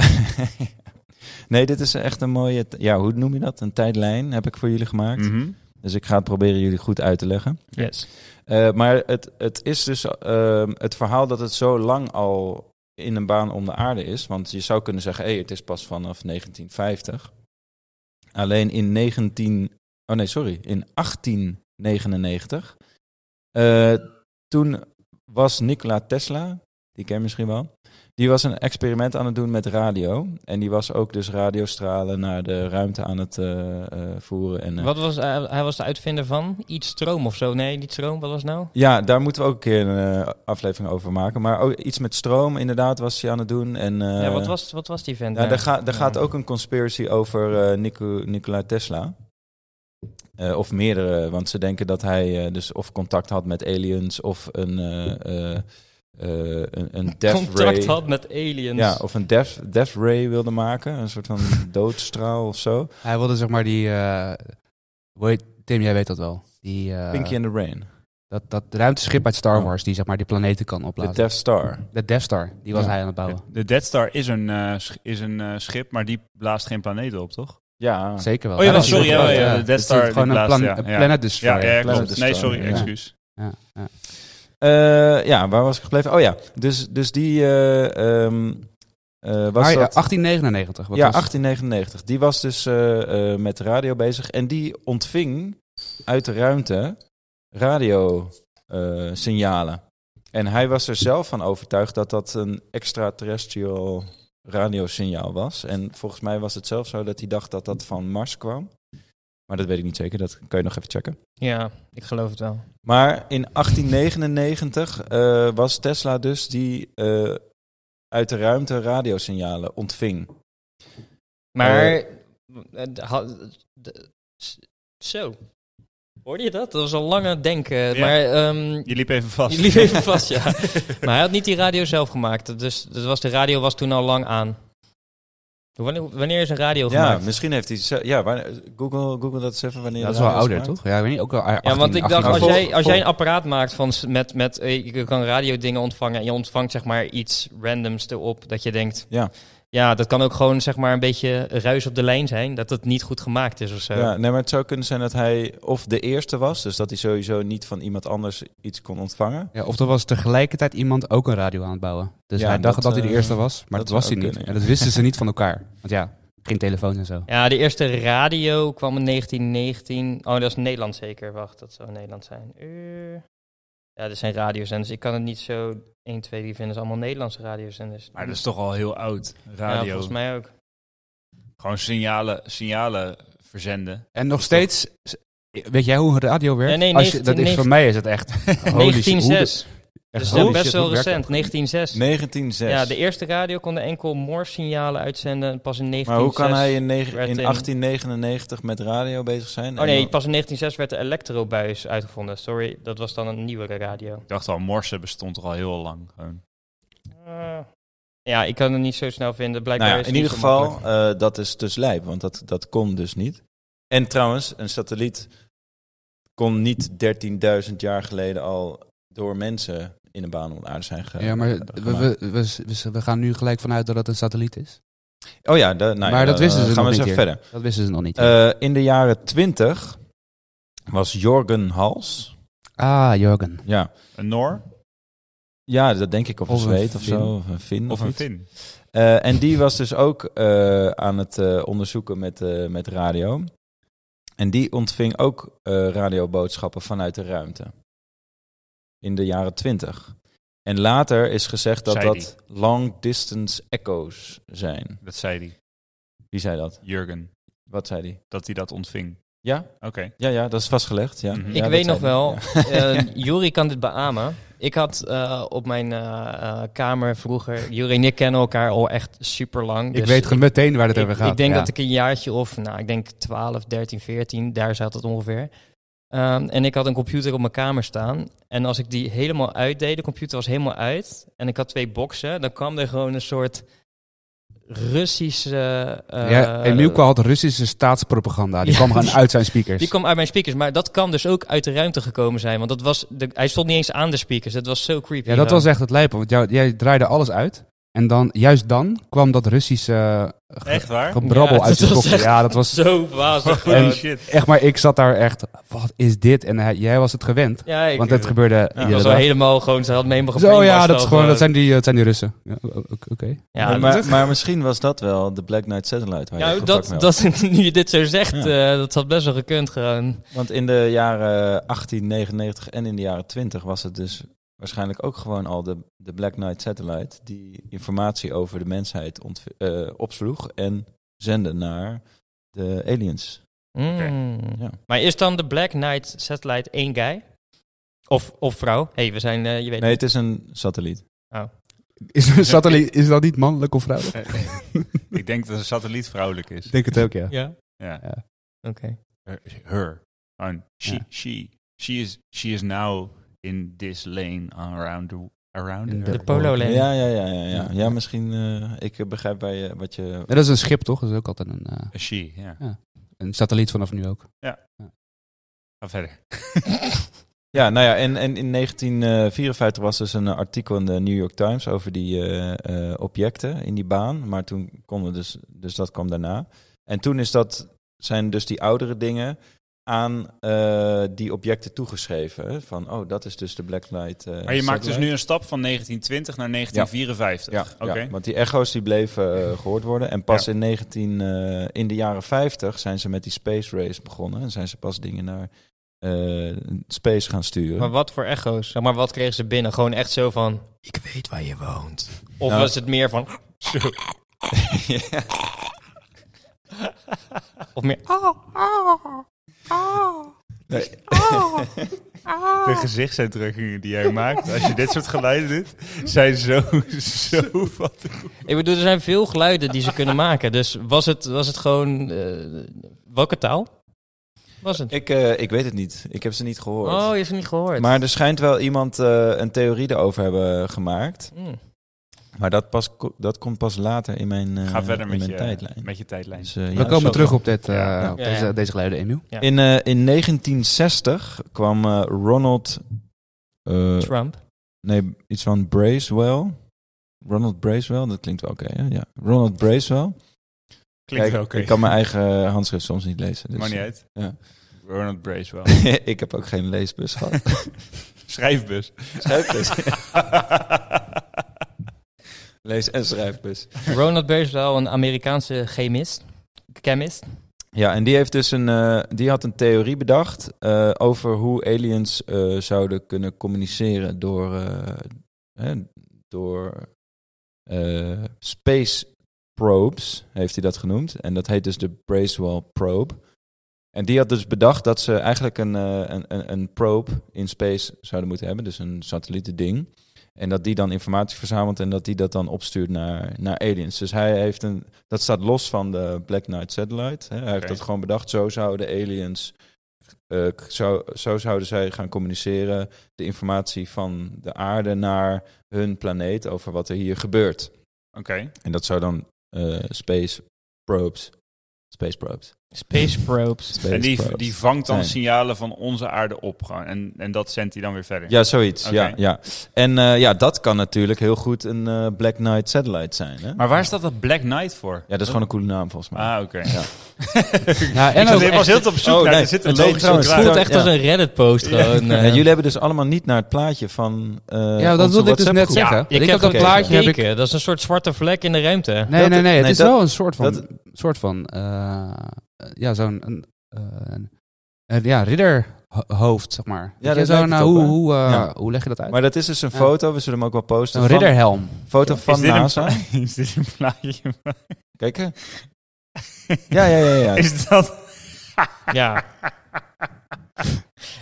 nee, dit is echt een mooie. t- Ja, hoe noem je dat? Een tijdlijn heb ik voor jullie gemaakt. Mhm. Dus ik ga het proberen jullie goed uit te leggen. Yes. Eh, maar het, het is dus ehm, het verhaal dat het zo lang al in een baan om de aarde is. Want je zou kunnen zeggen, hé, het is pas vanaf 1950. Alleen in 19... Oh nee, sorry. In 1899. eh, toen was Nikola Tesla, die ken je misschien wel... Die was een experiment aan het doen met radio. En die was ook dus radiostralen naar de ruimte aan het eh, eh, voeren. En, eh, Wat was, hij- hij was de uitvinder van? Iets stroom of zo? Nee, niet stroom, wat was het nou? Ja, daar moeten we ook een keer een eh, aflevering over maken. Maar ook iets met stroom, inderdaad, was hij aan het doen. En, eh, ja, wat was, wat was die vent? Ja, nou? daar ga- daar Ja. gaat ook een conspiracy over eh Nico, Nikola Tesla. Eh, of meerdere, want ze denken dat hij eh, dus of contact had met aliens of een, eh, eh, eh, een, een death ray. Contact had met aliens. Ja, of een death, death ray wilde maken. Een soort van doodstraal of zo. Hij wilde zeg maar die... eh, hoe heet- Tim, jij weet dat wel. Die, eh, Pinky in the Rain. dat, dat ruimteschip uit Star Oh. Wars die zeg maar die planeten kan De opblazen. De, Death Star. Death Star, die was Ja. hij aan het bouwen. De- De Dead Star is een, eh, sch- is een eh, schip, maar die blaast geen planeten op, toch? Ja. Zeker wel. Oh ja, dat sorry, is ja, inderdaad, ja, de Dus Death het Star is Gewoon die een plaatst, plan, ja, een ja. planet Ja, destroyer. ja, Planet klopt. Nee, Destroyer, sorry, ja. excuus. Ja, ja. Eh, ja, waar was ik gebleven? Oh ja, dus, dus die eh, ehm, eh, was Maar Ah, ja, dat... 1899. Wat ja, was- 1899. Die was dus eh, eh, met de radio bezig. En die ontving uit de ruimte radiosignalen. eh, En hij was er zelf van overtuigd dat dat een extraterrestrial radiosignaal was. En volgens mij was het zelfs zo dat hij dacht dat dat van Mars kwam. Maar dat weet ik niet zeker, dat kan je nog even checken. Ja, ik geloof het wel. Maar in 1899 eh, was Tesla dus die eh, uit de ruimte radiosignalen ontving. Maar. eh, de- ha- de- s- zo. Hoorde je dat? Dat was al lange denken. Ja. Maar. ehm Je liep even vast. je liep even vast, ja. maar hij had niet die radio zelf gemaakt. Dus, dus was, de radio was toen al lang aan. Wanneer, wanneer is een radio Ja, gemaakt? misschien heeft hij... ze- Ja, waar- Google, Google dat eens even wanneer dat is de wel radio ouder, is gemaakt. toch? Ja, ik weet niet. Ook wel Ja, want ik dacht, als 18, jij, als jij een vol- apparaat maakt van, s- met, met eh, je kan radiodingen ontvangen en je ontvangt zeg maar iets randoms erop, dat je denkt, Ja. ja, dat kan ook gewoon zeg maar een beetje ruis op de lijn zijn, dat het niet goed gemaakt is of zo. Ja, nee, maar het zou kunnen zijn dat hij of de eerste was, dus dat hij sowieso niet van iemand anders iets kon ontvangen. Ja, of er was tegelijkertijd iemand ook een radio aan het bouwen. Dus Ja, hij dacht dat, dat, hij de eh, eerste was, maar dat dat, was hij zou niet. kunnen, ja. En dat wisten ze niet van elkaar. Want ja, geen telefoons en zo. Ja, de eerste radio kwam in 1919. Oh, dat is Nederland zeker. Wacht, dat zou Nederland zijn. Eh, Ja, er zijn radiozenders. Ik kan het niet zo 1, 2, 3 vinden. Het zijn allemaal Nederlandse radiozenders. Maar dat is toch al heel oud. Ja, Radio. volgens mij ook. Gewoon signalen, signalen verzenden. En nog steeds, weet jij hoe een radio werkt? Ja, nee, Als je- 19 dat is, voor mij is het echt... holy shit, hoe 1906. de- Dus echt, dat holy is best shit, wel hoe werkt dat? recent. 1906. 1906. Ja, de eerste radio kon enkel Morse-signalen uitzenden pas in 1906. maar hoe kan hij in, negen- werd in in- 1899 met radio bezig zijn? Oh En nee, dan- pas in 1906 werd de elektrobuis uitgevonden. Sorry, dat was dan een nieuwere radio. Ik dacht al, Morse bestond toch al heel lang. Gewoon. Eh, ja, ik kan het niet zo snel vinden. Blijkbaar Nou ja, is in het ieder niet zo makkelijk. geval, eh, dat is dus lijp, want dat, dat kon dus niet. En trouwens, een satelliet kon niet 13.000 jaar geleden al door mensen in een baan om de aarde zijn gegaan. Ja, maar we, we, we, we- we gaan nu gelijk vanuit dat het een satelliet is. oh ja, de- nou ja, maar dat dan, wisten eh, ze gaan nog we eens niet even verder. Dat wisten ze nog niet. Eh, in de jaren 20 was Jorgen Hals. ah, Jorgen. Ja. Een Noor ja, dat denk ik. Of, Of een een zweet of Fin. zo. Of een Fin. of een iets. Fin. Eh, en die was dus ook eh, aan het eh, onderzoeken met, eh, met radio. En die ontving ook eh, radioboodschappen vanuit de ruimte. In de jaren 20. En later is gezegd dat Zei dat long distance echo's zijn. Dat zei hij, Wie zei dat? Jurgen. Wat zei die? Dat hij dat ontving. Ja? Oké. Ja, ja, dat is vastgelegd. Ja. Mhm. Ja, Ik dat ik weet zei nog die, wel, ja. eh Juri kan dit beamen. Ik had eh, op mijn eh, eh, kamer vroeger, Juri en ik kennen elkaar al echt super lang. Ik weet gewoon meteen waar het dus ik, over gaat. ik denk ja. dat ik een jaartje of, nou, ik denk 12, 13, 14, daar zat het ongeveer. Ehm, en ik had een computer op mijn kamer staan. En als ik die helemaal uitdeed, de computer was helemaal uit. En ik had twee boxen, dan kwam er gewoon een soort Russische. eh, ja, Emilko had Russische staatspropaganda. Die Ja, kwam gewoon die- uit zijn speakers. Die kwam uit mijn speakers, maar dat kan dus ook uit de ruimte gekomen zijn. Want dat was de, hij stond niet eens aan de speakers. Dat was zo creepy. Ja, dat gewoon. was echt het lijpen. Want jou, jij draaide alles uit. En dan, juist dan kwam dat Russische eh, ge- Echt waar? gebrabbel Ja, uit dat zijn was boxen. echt- Ja, dat was zo wazig. gewoon. En- shit. echt... Maar ik zat daar echt... Wat is dit? En hij- jij was het gewend. ja, ik, want het gebeurde ik iedere was al dag. helemaal gewoon, ze had me helemaal Zo ja, gebrainwashed dat, is al eh, gewoon, dat, zijn die, eh, dat zijn die Russen. Ja, o- o- Oké. Ja, maar, dat- maar, maar misschien was dat wel de Black Knight Satellite. Waar ja, je contact Nou, dat, mee had. dat, nu je dit zo zegt, Ja. eh, dat had best wel gekund gewoon. Want in de jaren 1899 en in de jaren 20 was het dus waarschijnlijk ook gewoon al de, de Black Knight Satellite die informatie over de mensheid ontv- eh, opsloeg en zende naar de aliens. Mm. Ja. Maar is dan de Black Knight Satellite één guy? Of, of vrouw? Hé, hey, we zijn, eh, je weet Oh, Nee, het is een satelliet. Is, een satelliet, is dat niet mannelijk of vrouwelijk? Ik denk dat een satelliet vrouwelijk is. Ik denk het ook, ja. Ja, oké. Ja. Her. Gewoon, she, Ja. she. She is, she is now in this lane around the, around In her. De polo Ja, lane. ja, ja, ja, ja. ja. ja misschien, eh, ik eh, begrijp bij je wat je... Ja, Dat is een schip, toch? Dat is ook altijd een, eh, A she, ja. een satelliet vanaf nu ook. Ga verder. Ja, nou ja, en, en in 1954 was dus een eh, artikel in de New York Times over die eh, eh, objecten in die baan. Maar toen konden dus, dus dat kwam daarna. En toen is dat, zijn dus die oudere dingen aan eh, die objecten toegeschreven. hè. Van, oh, dat is dus de Black Light. eh, Maar je maakt dus satellite. nu een stap van 1920 naar 1954. Ja, Oké. ja, want die echo's die bleven eh, gehoord worden. En pas in, 19, eh, in de jaren 50 zijn ze met die space race begonnen. En zijn ze pas dingen naar eh, space gaan sturen. Maar wat voor echo's? Zeg maar, wat kregen ze binnen? Gewoon echt zo van, ik weet waar je woont. Of Nou, was het meer van... Of meer... De gezichtsuitdrukkingen die jij maakt als je dit soort geluiden doet, zijn zo, zo wat. Ik bedoel, er zijn veel geluiden die ze kunnen maken. Dus was het, was het gewoon... eh, welke taal was het? Ik, eh, ik weet het niet. Ik heb ze niet gehoord. Oh, je hebt het niet gehoord. maar er schijnt wel iemand eh, een theorie erover hebben gemaakt. Hmm. Maar dat, pas, ko- dat komt pas later in mijn, eh, Ga verder in met mijn je, tijdlijn. met je tijdlijn. Dus, eh, We ja, komen sorry. terug op, dit, eh, Ja. op Ja, deze, ja. deze geluiden, Emiel. Ja. In, eh, in 1960 kwam eh, Ronald... eh, Trump. nee, iets van Bracewell. Ronald Bracewell, dat klinkt wel oké. hè? ja. Ronald Bracewell. Klinkt Kijk, wel oké. Ik kan mijn eigen handschrift soms niet lezen. Dus, Maar niet uit. Ja. Ronald Bracewell. ik heb ook geen leesbus gehad. Schrijfbus. Schrijfbus. Lees- en schrijfbus. Ronald Berswell, een Amerikaanse chemist. Chemist. Ja, en die, heeft dus een, eh, die had een theorie bedacht eh, over hoe aliens eh, zouden kunnen communiceren door, eh, hè, door eh, space probes, heeft hij dat genoemd. En dat heet dus de Bracewell probe. En die had dus bedacht dat ze eigenlijk een, eh, een, een, een probe in space zouden moeten hebben, dus een satellietending. En dat die dan informatie verzamelt en dat die dat dan opstuurt naar, naar aliens. Dus hij heeft een. Dat staat los van de Black Knight Satellite. Hè. Hij heeft Oké. dat gewoon bedacht. Zo zouden aliens. eh, k- zo, zo zouden zij gaan communiceren. De informatie van de aarde naar hun planeet over wat er hier gebeurt. Oké. En dat zou dan eh, space probes. Space probes. Space probes. Space En die, probes. die vangt dan Zijn. signalen van onze aarde op. gewoon. En, en dat zendt hij dan weer verder. Ja, zoiets. Oké. Ja, ja. En eh, ja, dat kan natuurlijk heel goed een eh, Black Knight Satellite zijn. Hè? Maar waar staat dat Black Knight voor? Ja, dat is gewoon een coole naam volgens mij. Ah, oké. Ja. Ja, en En ik ook was echt- heel te op zoek Oh, naar, nee, er zit een het heet logische trouwens Het verklaring. voelt echt Ja. als een Reddit-post gewoon. Ja, eh. jullie hebben dus allemaal niet naar het plaatje van. eh ja, dat wilde ik dus net zeggen. Ja, ik ik heb heb dat ook plaatje heb ik gekeken. Dat is een soort zwarte vlek in de ruimte. Nee, Dat- nee, nee. Het nee, is dat- wel een soort van, dat- soort van eh, ja, zo'n een, eh, een- een- ja, ridderhoofd, zeg maar. Weet je, dat zo'n, lijkt het eh, ook, hoe, hè? hoe, eh, Ja. hoe leg je dat uit? Maar dat is dus een Ja. foto, we zullen hem ook wel posten. Zo'n van- ridderhelm. foto van is dit, NASA. een, is dit een plaatje? Kijk hè. Ja, ja, ja, ja. Is dat... Ja.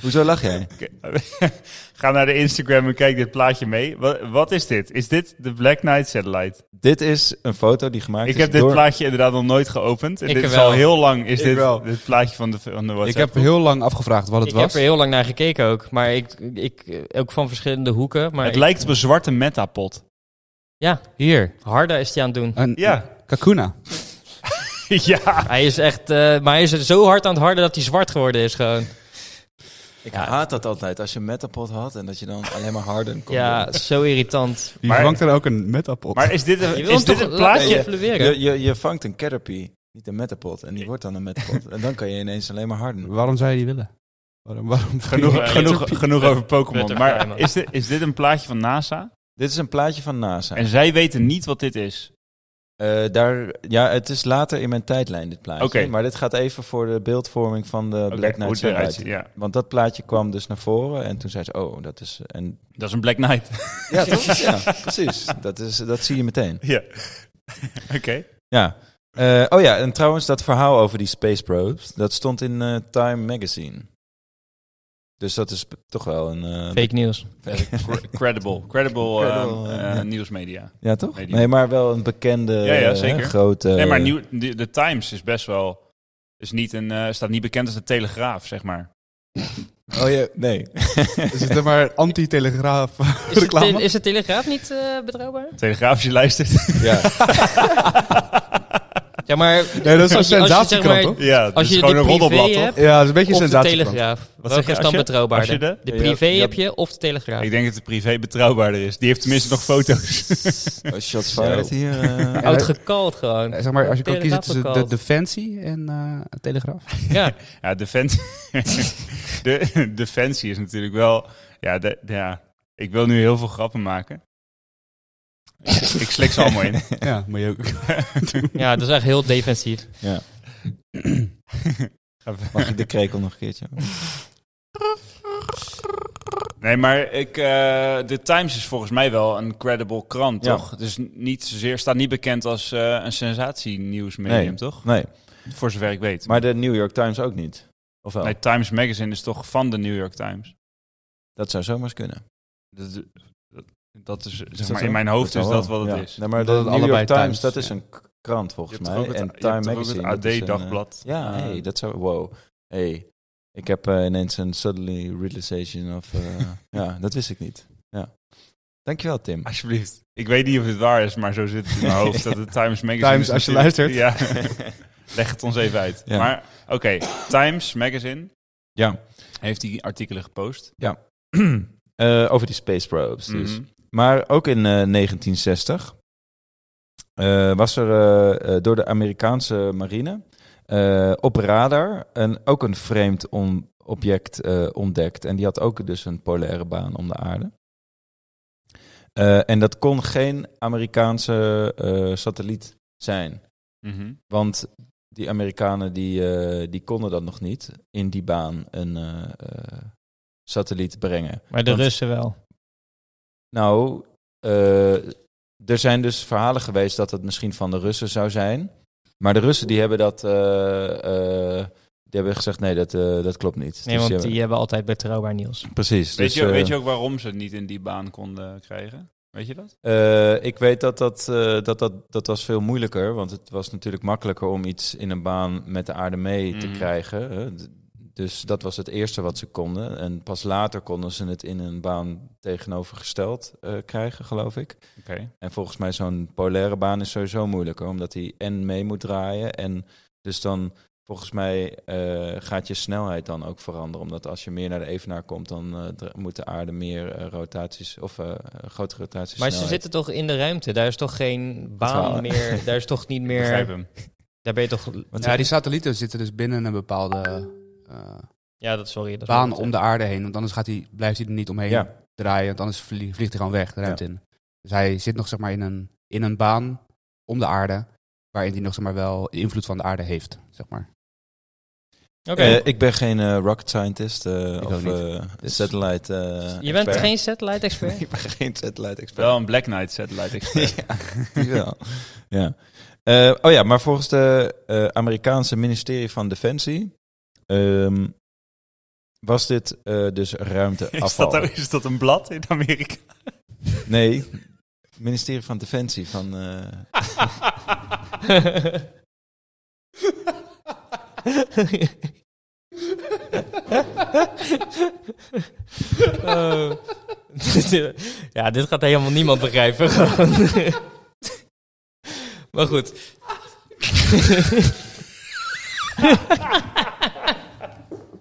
Hoezo lach jij? Oké. Ga naar de Instagram en kijk dit plaatje mee. Wat, wat is dit? Is dit de Black Knight Satellite? Dit is een foto die gemaakt Ik is heb dit door... plaatje inderdaad nog nooit geopend. En Ik dit is wel. al heel lang is Ik dit, wel. dit plaatje van de, van de ik WhatsApp. heb heel lang afgevraagd wat het Ik was. heb er heel lang naar gekeken ook. Maar ik, ik eh, ook van verschillende hoeken. Maar Het ik- lijkt op een zwarte metapod. ja, Hier, harder is hij aan het doen. een Ja. een kakuna. ja. Hij is echt, eh, maar hij is zo hard aan het harden dat hij zwart geworden is gewoon. Ik haat dat altijd, als je Metapod had en dat je dan alleen maar harden kon Ja, doen. zo irritant. Die Maar- vangt er ook een metapod. Maar is dit een, Je wil is hem dit toch een laten plaatje? evolueren? Je, je, je vangt een Caterpie, niet een Metapod. En die wordt dan een Metapod. En dan kan je ineens alleen maar harden. Waarom zou je die willen? Waarom, waarom Genoeg, Ja, genoeg, genoeg over Pokémon. Butterfly, man. Maar is dit, is dit een plaatje van NASA? Dit is een plaatje van NASA. En zij weten niet wat dit is. Eh, daar, ja, het is later in mijn tijdlijn, dit plaatje. Oké. Maar dit gaat even voor de beeldvorming van de Oké, Black hoe Knight het eruit Satellite. ziet. Ja. Want dat plaatje kwam dus naar voren en toen zei ze, oh, dat is... En, Dat is een Black Knight. ja, toch? ja, precies. Dat, is, dat zie je meteen. ja. Oké. Ja. Eh, oh ja, en trouwens, dat verhaal over die space probes, dat stond in eh, Time Magazine. Dus dat is toch wel een... eh, Fake nieuws. Cre- Credible. Credible, ehm, Credible, eh, ja. nieuwsmedia. ja, toch? Medium. Nee, maar wel een bekende, Ja, ja, eh, zeker. grote... nee, maar nieuw, de, de Times is best wel... Is niet een, eh, staat niet bekend als de Telegraaf, zeg maar. Oh ja, nee. Is het maar anti-telegraaf Is, het reclame? te- is de telegraaf niet eh, betrouwbaar? Telegraaf, als je luistert. ja. Ja, maar Nee, dat is een Als je- als je, zeg sensatiekrant, maar- toch? ja, het als is je gewoon de een roddelblad, privé toch? hebt Ja, dat is een beetje of een de sensatiekrant. telegraaf. zeg Welke je, is dan als je- als je betrouwbaarder? de- De Ja, privé ja. heb je of de telegraaf? Ik denk dat de privé betrouwbaarder is. Die heeft tenminste nog foto's. Oh, Shots fired hier. eh. Oud gekald gewoon. Eh, Zeg maar, als je kan kiezen Telegraaf tussen de gekald. Defensie en eh Telegraaf. Ja. Ja, Defensie. de, Defensie is natuurlijk wel. Ja, de, ja, ik wil nu heel veel grappen maken. Ik, ik slik ze allemaal in. Ja, maar je ook. ja, dat is echt heel defensief. Mag ik de krekel nog een keertje? Nee, maar ik, eh, de Times is volgens mij wel een credible krant, Ja. toch? Dus niet zozeer, staat niet bekend als eh, een sensatienieuwsmedium, Nee. toch? Nee, Voor zover ik weet. maar de New York Times ook niet. Of wel? nee, Times Magazine is toch van de New York Times? Dat zou zomaar eens kunnen. Dat, dat- dat is, zeg dat maar, zo? in mijn hoofd zou is wel. dat wat het Ja. is. Nee, maar Dat de het New allebei York Times, Times, dat is ja. een k- krant volgens toch mij. ook het- en je hebt Time toch ook Magazine. het dat is een, eh, AD-dagblad. Ja, Eh, hey, dat zou... Wow. Hey, ik heb eh, ineens een suddenly realization of... eh, ja, dat wist ik niet. Ja. Dankjewel, Tim. Alsjeblieft. Ik weet niet of het waar is, maar zo zit het in mijn hoofd. Dat het Times Magazine Times, is als je natuurlijk- luistert. Ja. Leg het ons even uit. Ja. Maar oké, Times Magazine Ja. heeft die artikelen gepost. Eh, over die space probes dus. Mhm. Maar ook in eh, 1960 eh, was er eh, eh, door de Amerikaanse marine eh, op radar een, ook een vreemd on- object eh, ontdekt. En die had ook dus een polaire baan om de aarde. Eh, en dat kon geen Amerikaanse eh, satelliet zijn. Mhm. Dus, Want die Amerikanen die, eh, die konden dat nog niet in die baan een eh, eh, satelliet brengen. Maar de Want- Russen wel. Dus Nou, eh, er zijn dus verhalen geweest dat het misschien van de Russen zou zijn. Maar de Russen die hebben dat. eh, eh, die hebben gezegd: nee, dat, eh, dat klopt niet. Nee, Dus want die hebben altijd betrouwbaar nieuws. Precies. Weet, dus, je, eh, weet je ook waarom ze het niet in die baan konden krijgen? Weet je dat? eh, ik weet dat dat, eh, dat, dat dat was veel moeilijker. Want het was natuurlijk makkelijker om iets in een baan met de aarde mee te Mhm. krijgen. hè. D- Dus dat was het eerste wat ze konden. En pas later konden ze het in een baan tegenovergesteld eh, krijgen, geloof ik. Oké. En volgens mij zo'n polaire baan is sowieso moeilijker, omdat hij en mee moet draaien. En dus dan, volgens mij, eh, gaat je snelheid dan ook veranderen. Omdat als je meer naar de evenaar komt, dan eh, dra- moet de aarde meer eh, rotaties of eh grotere rotaties. Maar nou, ze zitten toch in de ruimte? Daar is toch geen wel. baan meer? Daar is toch niet Begrijp meer... hem. Daar ben je toch... Ja, die satellieten zitten dus binnen een bepaalde eh, Ja, dat sorry. Dat is baan wat ik om de aarde heen. Want anders gaat hij, blijft hij er niet omheen Ja. draaien. Want anders vlie- vliegt hij gewoon weg de ruimte in. Dus hij zit nog zeg maar, in, een, in een baan om de aarde. Waarin hij nog zeg maar, wel invloed van de aarde heeft. Zeg maar. zeg. Oké. Eh, ik ben geen eh, rocket scientist eh, Ik of ook niet. eh, Dus- satellite. eh, je bent expert. geen satellite-expert? ik ben geen satellite expert. Wel een Black Knight satellite expert. Die wel. ja. Eh, oh ja, maar volgens de eh, Amerikaanse ministerie van Defensie ehm, was dit eh, dus is, ruimteafval. dat, er- is dat een blad in Amerika? Nee, ministerie van Defensie van. eh, Oh. ja, dit gaat helemaal niemand begrijpen. gewoon. maar goed.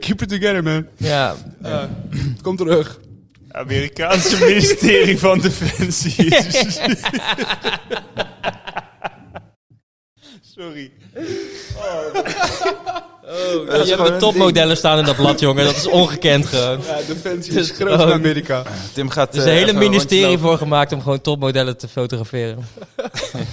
Keep it together, man. Ja, Kom terug. Amerikaanse ministerie van Defensie. Sorry. je is gewoon hebt de een topmodellen staan in dat blad, jongen. Dat is ongekend gewoon. Ja, Defensie is groot in Amerika. Tim gaat. Er is eh, een Dus hele even een ministerie rondje voor gemaakt om gewoon topmodellen te fotograferen. lopen.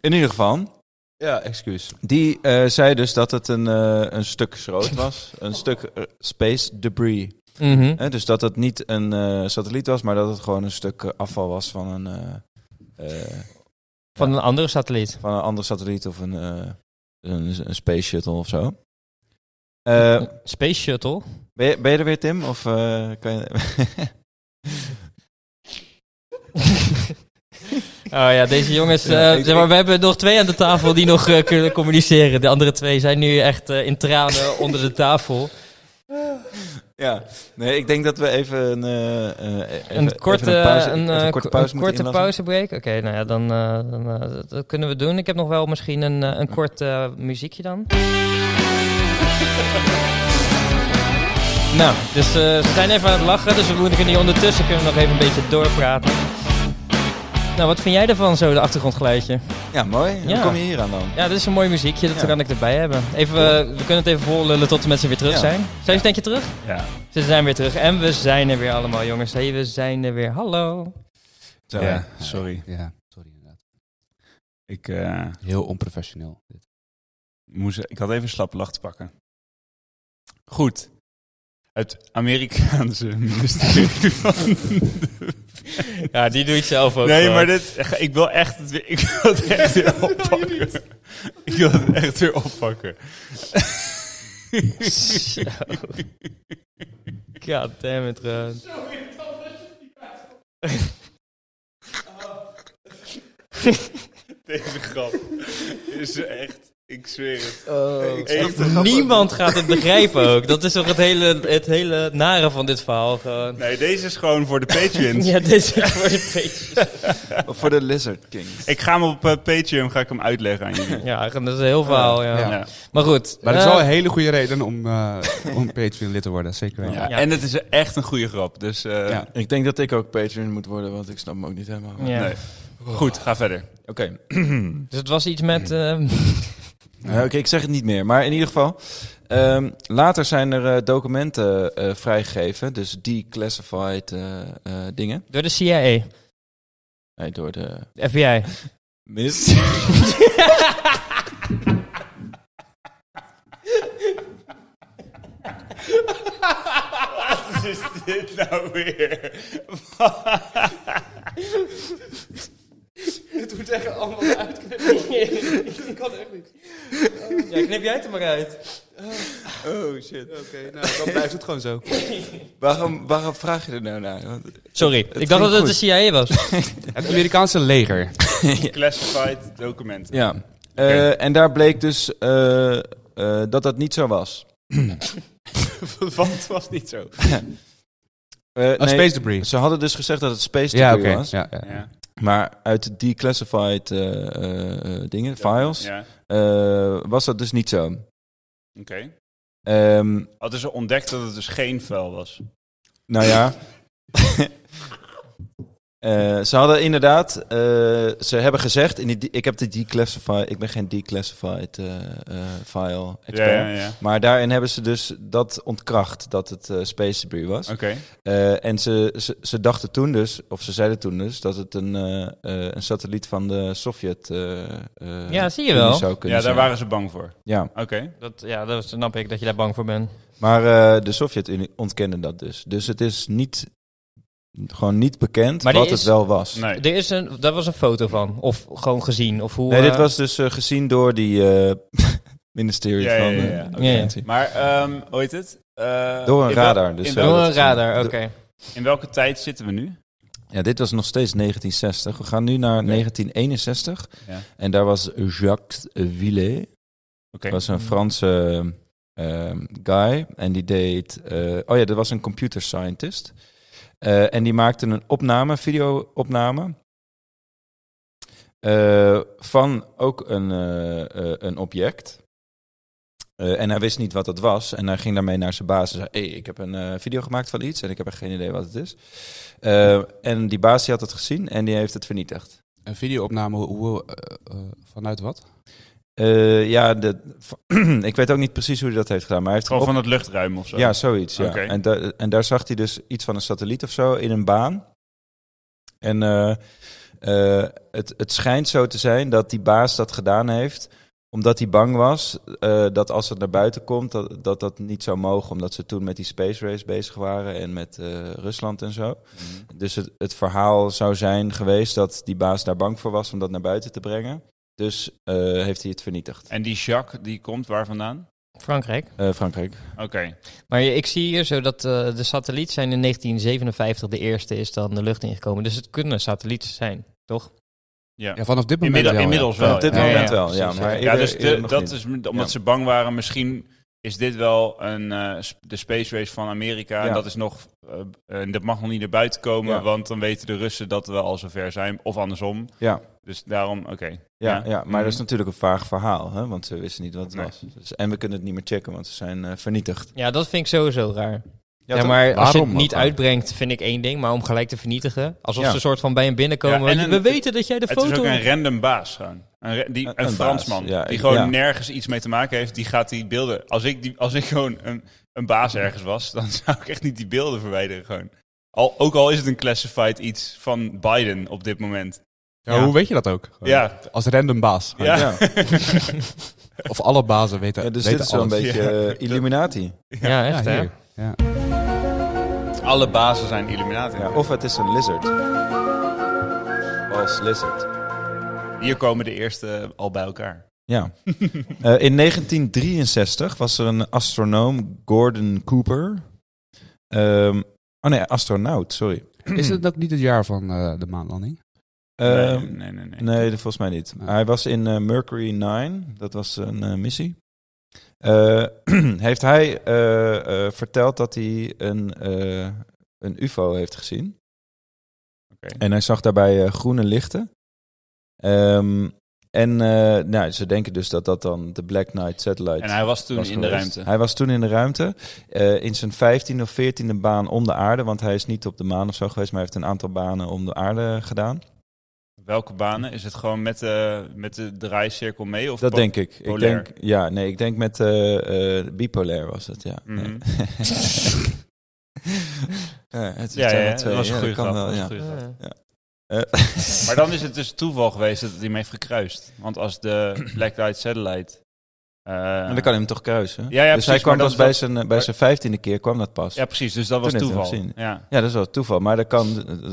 In ieder geval, Ja, excuus. die eh, zei dus dat het een, eh, een stuk schroot was, een stuk eh, space debris. Mhm. Hè, dus dat het niet een eh, satelliet was, maar dat het gewoon een stuk eh, afval was van een, eh, eh, Van een andere satelliet. van een ander satelliet of een, eh, een, een space shuttle of zo. Eh, Space Shuttle. ben, je, ben je er weer, Tim? Of eh, kan je... Oh ja, deze jongens. eh, Ja, ik- zeg maar, ik- we hebben nog twee aan de tafel die nog eh, kunnen communiceren. De andere twee zijn nu echt eh, in tranen onder de tafel. ja, nee, ik denk dat we even een, eh, eh, even- een korte, even pauze- een, even eh, ko- een korte pauze een moeten korte inlassen. pauzebreak. Oké, nou ja, dan, eh, dan eh, dat- dat kunnen we doen. Ik heb nog wel misschien een, eh, een kort eh, muziekje dan. nou, dus eh, ze zijn even aan het lachen, dus we moeten kunnen hier ondertussen kunnen we nog even een beetje doorpraten. Nou, wat vind jij ervan, zo de achtergrondgeluidje? Ja, mooi. Hoe Ja. kom je hier aan dan? Ja, dit is een mooi muziekje, dat Ja. kan ik erbij hebben. Even, eh, we kunnen het even voorlullen tot de mensen weer terug Ja. zijn. Zijn ze denk je terug? Ja. Ze zijn weer terug en we zijn er weer allemaal, jongens. Hey, we zijn er weer. Hallo. Zo, Ja, sorry. Ja, sorry inderdaad. Ik, eh, Heel onprofessioneel. Dit. moest, ik had even een slappe lach te pakken. Goed. Het Amerikaanse ministerie van... Ja, die doe ik zelf ook. Nee, wel. maar dit, ik wil echt, het weer- ik wil het echt weer oppakken. Ik wil het echt weer oppakken. Zo. God damn it, Ron. Deze grap is echt, ik zweer het. ik Echt snap de grap Niemand gaat het begrijpen ook. Dat is toch het hele, het hele nare van dit verhaal gewoon. Nee, deze is gewoon voor de Patreons. Ja, dit is voor de beetje. ook. Voor de Lizard Kings. Ik ga hem op eh, Patreon ga ik hem uitleggen aan jullie. Ja, dat is een heel verhaal, ja. Ja. Ja. Maar goed. Maar dat is eh, wel een hele goede reden om, eh om Patreon lid te worden, zeker weten. Ja, En het is echt een goede grap. Dus eh, Ja. Ik denk dat ik ook Patreon moet worden, want ik snap hem ook niet helemaal. ja. nee. goed, ga verder. Oké, Dus het was iets met... ehm, Nou, Oké, ik zeg het niet meer. Maar in ieder geval, ehm, later zijn er eh, documenten eh, vrijgegeven. Dus declassified eh, eh, dingen. door de CIA. Nee, door de FBI. mist. Wat is dit nou weer? Het moet echt allemaal uitknippen. ik kan echt niet. Ja, knip jij het er maar uit. oh shit. dan blijft het gewoon zo. Waarom, waarom vraag je er nou naar? Want- Sorry, ik ging dacht dat het goed. de CIA was. Het Amerikaanse leger. Classified documenten. Ja. Eh, En daar bleek dus eh, eh, dat dat niet zo was. Wat was niet zo? Eh, Oh, nee, Space Debris. Ze hadden dus gezegd dat het space Ja, debris oké. was. Ja, ja. Ja. Maar uit de declassified eh, eh, eh, dingen, files, Ja, oké. eh, was dat dus niet zo. Ehm, Hadden ze ontdekt dat het dus geen vuil was? Nou ja. Eh, ze hadden inderdaad, eh, ze hebben gezegd, in die, de- ik heb de declassified, ik ben geen declassified eh, eh, file expert. Ja, ja, ja. Maar daarin hebben ze dus dat ontkracht, dat het eh, space debris was. Oké. Eh, en ze, ze, ze dachten toen dus, of ze zeiden toen dus, dat het een, eh, eh, een satelliet van de Sovjet eh, eh, Ja, zie je Unie wel. zou kunnen Ja, daar zijn. waren ze bang voor. Ja, Oké. Dat, ja, dat snap ik, dat je daar bang voor bent. maar eh, de Sovjet-Unie ontkende dat dus. Dus het is niet, gewoon niet bekend Maar er wat het is- wel was. Nee. Er is een, daar was een foto van. Of gewoon gezien. Of hoe, Nee, dit eh, was dus eh, gezien door die eh, ministerie Ja, van ja, ja, eh, ja. Defensie. Maar, ehm hoe heet het? Eh, Door een in wel- radar, dus in, zo. Door wel- een radar, oké. in welke tijd zitten we nu? Ja, dit was nog steeds 1960. We gaan nu naar 1961. Ja. En daar was Jacques Villet. Oké. was een Franse eh, guy. En die deed... eh, oh ja, dat was een computer scientist. Eh, en die maakte een opname, video-opname... eh, van ook een, eh, eh, een object. Eh, en hij wist niet wat dat was. En hij ging daarmee naar zijn baas en zei... Hey, ik heb een eh, video gemaakt van iets en ik heb echt geen idee wat het is. Eh, en die baas die had het gezien en die heeft het vernietigd. Een videoopname, hoe, hoe, eh, eh, vanuit wat? Eh, ja, de, ik weet ook niet precies hoe hij dat heeft gedaan. Maar hij heeft Gewoon op- van het luchtruim of zo? Ja, zoiets. Ja. Oké. En, da- en daar zag hij dus iets van een satelliet of zo in een baan. En eh, eh, het, het schijnt zo te zijn dat die baas dat gedaan heeft omdat hij bang was eh, dat als het naar buiten komt, dat, dat dat niet zou mogen. Omdat ze toen met die space race bezig waren en met eh, Rusland en zo. Mhm. Dus het, het verhaal zou zijn geweest dat die baas daar bang voor was om dat naar buiten te brengen. Dus eh, heeft hij het vernietigd. En die Jacques, die komt waar vandaan? Frankrijk. Eh, Frankrijk. Oké. Maar ik zie hier zo dat eh, de satelliet zijn in 1957 de eerste is dan de lucht ingekomen. Dus het kunnen satellieten zijn, toch? Ja. Ja, vanaf dit moment Inmiddel- wel, ja. inmiddels wel. Op dit ja. ja, moment ja. wel, ja. Precies, Maar ja. eerder- Ja, dus de- eerder nog dat niet. is m- omdat Ja. ze bang waren, misschien is dit wel een, eh, sp- de space race van Amerika. En Ja. dat is nog, eh, en dat mag nog niet naar buiten komen, Ja. want dan weten de Russen dat we al zover zijn. Of andersom. Ja. Dus daarom, oké. Ja, ja. maar dat is Mhm. natuurlijk een vaag verhaal, hè? want ze wisten niet wat het Nee. was. Dus, en we kunnen het niet meer checken, want ze zijn eh, vernietigd. Ja, dat vind ik sowieso raar. Ja, toch? maar als je het waarom niet ook? uitbrengt, vind ik één ding. Maar om gelijk te vernietigen, alsof Ja. ze een soort van bij hem binnenkomen. Ja, en We- een- we weten dat jij de Het is foto... ook een random baas gewoon. Een, ra- die, Een- een, een Fransman. baas, ja. die gewoon Ja. nergens iets mee te maken heeft. Die gaat die beelden... Als ik, die, als ik gewoon een, een baas ergens was, dan zou ik echt niet die beelden verwijderen gewoon. Al, ook al is het een classified iets van Biden op dit moment. Ja, Hoe weet je dat ook? Gewoon Ja, Als random baas. ja. Ah, Ja. Of alle bazen weten, Ja, dus weten dit is wel een alles. beetje eh, Illuminati. Ja, echt Ja, hè? hier. Ja. alle bazen zijn Illuminati. Ja, of het is een lizard. Als lizard. Hier komen de eerste al bij elkaar. Ja. Eh, in 1963 was er een astronoom, Gordon Cooper. Ehm, oh nee, astronaut, sorry. Is het ook niet het jaar van eh, de maanlanding? Ehm, nee, nee, nee. nee. Nee, dat volgens mij niet. Nee. Hij was in eh, Mercury 9, dat was een eh, missie. Eh, heeft hij eh, eh, verteld dat hij een, eh, een UFO heeft gezien? Oké. En hij zag daarbij eh, groene lichten. Ehm, en eh, nou, ze denken dus dat dat dan de Black Knight satellite En hij was toen in de geweest. ruimte. Hij was toen in de ruimte. eh, in zijn 15 of 14e baan om de aarde. Want hij is niet op de maan of zo geweest, maar hij heeft een aantal banen om de aarde gedaan. Welke banen? Is het gewoon met de, met de draaicirkel mee? Of Dat po- denk ik. ik polair? denk, ja, nee, ik denk met eh, eh, bipolair was het, ja. Mhm. Nee. ja, het Ja, ja, zijn ja, er twee. dat was een Ja, goede kan grap. wel, dat was ja. een goede grap. Eh, Maar dan is het dus toeval geweest dat het hem heeft gekruist. Want als de Black Light Satellite... eh, maar dan kan hij hem toch kruisen. Ja, ja, dus precies, hij kwam maar dat pas is bij dat- zijn, eh, bij zijn vijftiende keer kwam dat pas. ja, precies. Dus dat was Toen heeft hij hem toeval. gezien. Ja, Ja, dat is wel toeval, maar dat kan,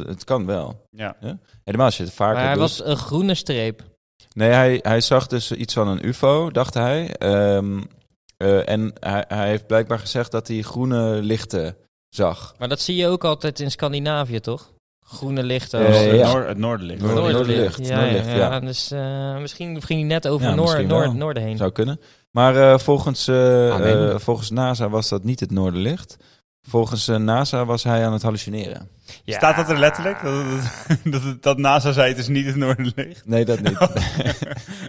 het kan wel. ja. Helemaal als je het vaker Maar hij doet. was een groene streep. Nee, hij, hij zag dus iets van een UFO, dacht hij. Ehm, eh, en hij, hij heeft blijkbaar gezegd dat hij groene lichten zag. Maar dat zie je ook altijd in Scandinavië, toch? Groene lichten. Eh, Dus Het, ja. noor- het noorden ligt. Noorden. Noorderlicht, Ja, Noorderlicht, ja, ja. Dus eh, misschien ging hij net over Ja, Noor, misschien Noor, wel. Noorden heen. Zou kunnen. Maar eh, volgens, eh, Amen. eh, volgens NASA was dat niet het Noorderlicht. Volgens eh, NASA was hij aan het hallucineren. Ja. Staat dat er letterlijk? Dat, het- dat, het- dat NASA zei het is niet het noorden ligt? Nee, dat niet.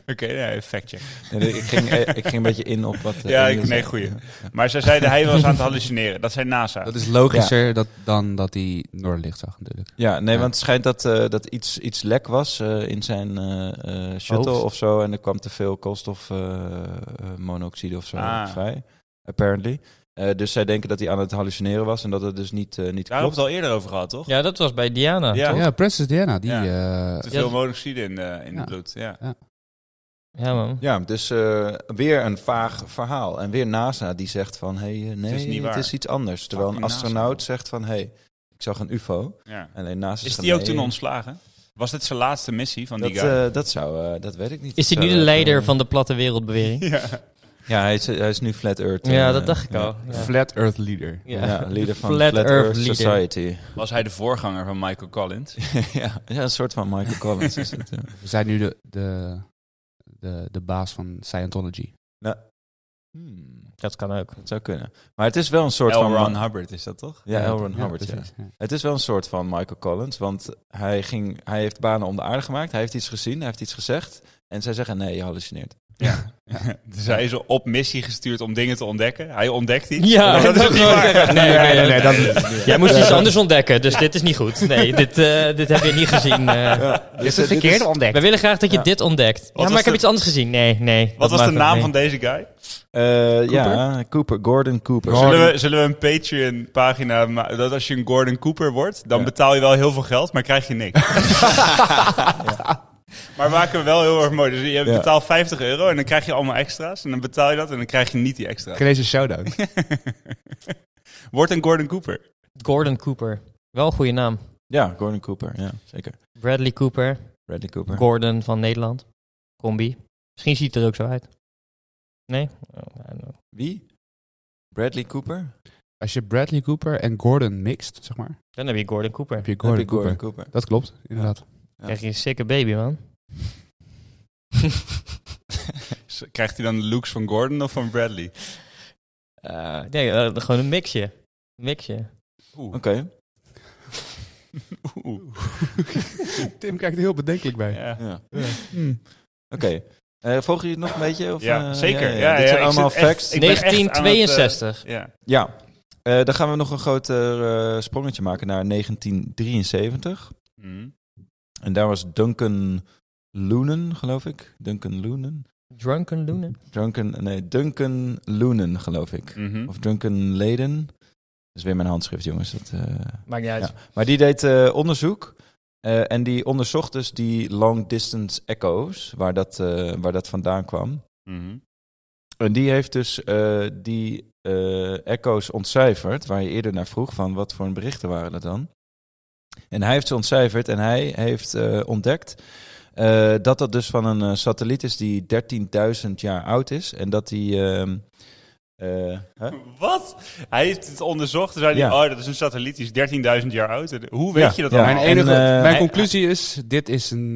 Oké, nee, fact check. Nee, ik, ging, eh, ik ging een beetje in op wat... eh, Ja, ik- Emiel zei. nee, goeie. Maar zij zeiden hij was aan het hallucineren. Dat zei NASA. Dat is logischer dat, dan dat hij Noorderlicht zag natuurlijk. Ja, nee, Ja. want het schijnt dat, eh, dat iets, iets lek was eh, in zijn eh, eh, shuttle Hoofd. of zo. En er kwam te veel koolstofmonoxide of zo Ah. vrij, apparently. Eh, dus zij denken dat hij aan het hallucineren was en dat het dus niet, eh, Daar niet hebben klopt. we het al eerder over gehad, toch? Ja, dat was bij Diana. Ja. Ja, Ja, toch? Princess Diana, die... Ja. eh, Te veel monoxide in, eh, in Ja. het bloed. Ja. ja man. Ja, dus eh, weer een vaag verhaal. En weer NASA die zegt van, hé, hey, eh, nee, het is is, niet waar. iets anders. Terwijl een Fucking NASA. astronaut zegt van, hé, hey, ik zag een ufo. Ja. Alleen NASA Is zegt, die ook nee, toen ontslagen? Was dit zijn laatste missie van Dat, die guy? eh, dat zou, eh, dat weet ik niet. Is hij nu Zou, de eh, leider van de platte wereldbeweging? ja. Ja, hij is, hij is nu Flat Earth. Ja, eh, dat dacht ik ja. al. Ja. Flat Earth Leader. Ja, leader van Flat Flat, Earth Earth, leader. Society. Was hij de voorganger van Michael Collins? ja, ja, een soort van Michael Collins is het. ja. We zijn nu de, de, de, de baas van Scientology. Nou, Hmm, Dat kan ook. dat zou kunnen. Maar het is wel een soort L. van... Ron Hubbard is dat toch? ja, L. Ron ja, Hubbard, ja. precies, ja. Het is wel een soort van Michael Collins, want hij, ging, hij heeft banen om de aarde gemaakt. Hij heeft iets gezien, hij heeft iets gezegd. En zij zeggen, nee, je hallucineert. Ja. dus hij is op missie gestuurd om dingen te ontdekken. Hij ontdekt iets. Ja, Maar dat is dat niet wil ik waar. zeggen. Nee, nee, nee, dat Jij moest iets anders ontdekken, dus dit is niet goed. Nee, dit, eh, dit heb je niet gezien. eh. Dus, eh, dit is- ontdekt. Wij willen graag dat je Ja. dit ontdekt. ja, was maar ik heb de- iets anders gezien. Nee, nee. dat Wat was maakt de ook naam niet. van deze guy? eh, Ja, Cooper, Gordon Cooper. Gordon. Zullen we, zullen we een Patreon-pagina maken? Dat als je een Gordon Cooper wordt, dan Ja. betaal je wel heel veel geld, maar krijg je niks. Maar maken we wel heel erg mooi. Dus je betaalt 50 euro en dan krijg je allemaal extra's. En dan betaal je dat en dan krijg je niet die extra's. Geen eens een shout-out. Word een Gordon Cooper. Gordon Cooper. Wel een goede naam. Ja, Gordon Cooper, ja, zeker. Bradley Cooper. Bradley Cooper. Gordon van Nederland. Combi. Misschien ziet het er ook zo uit. Nee? Oh, I don't know. Wie? Bradley Cooper? Als je Bradley Cooper en Gordon mixt, zeg maar, Dan heb je Gordon Cooper. heb je Dan Gordon, heb je Cooper. Gordon Cooper. Dat klopt, inderdaad. Dan krijg je een sikke baby, man. S- Krijgt hij dan de looks van Gordon of van Bradley? Eh, nee, eh, gewoon een mixje. Mixje. Oeh. Oké. Oeh. Tim kijkt er heel bedenkelijk bij. Ja. Ja. Oké. Eh, volgen jullie het nog een beetje? Of, Ja, eh, zeker. Ja, Dit ja, zijn ik allemaal zit echt- facts. ik ben echt aan het, eh, 1962. Ja. Ja. Eh, dan gaan we nog een groot eh, sprongetje maken naar 1973. Hm. En daar was Duncan Loonen, geloof ik. Duncan Loonen? Drunken Loenen. Duncan, nee, Duncan Loonen, geloof ik. Mhm. Of Duncan Leden. is weer mijn handschrift, jongens. Dat, eh, Maakt niet uit. Ja. Maar die deed eh, onderzoek. eh, en die onderzocht dus die long distance echo's, waar dat, eh, waar dat vandaan kwam. Mhm. En die heeft dus eh, die eh, echo's ontcijferd, waar je eerder naar vroeg van wat voor berichten waren dat dan. En hij heeft ze ontcijferd en hij heeft eh, ontdekt eh, dat dat dus van een eh, satelliet is die 13.000 jaar oud is. En dat die... ehm, eh, hè? Wat? Hij heeft het onderzocht. Toen zei hij, Ja. oh, dat is een satelliet, die is 13.000 jaar oud. En Hoe weet Ja. je dat Ja. dan? En Mijn, hij- enige, eh, mijn hij- conclusie is, dit is een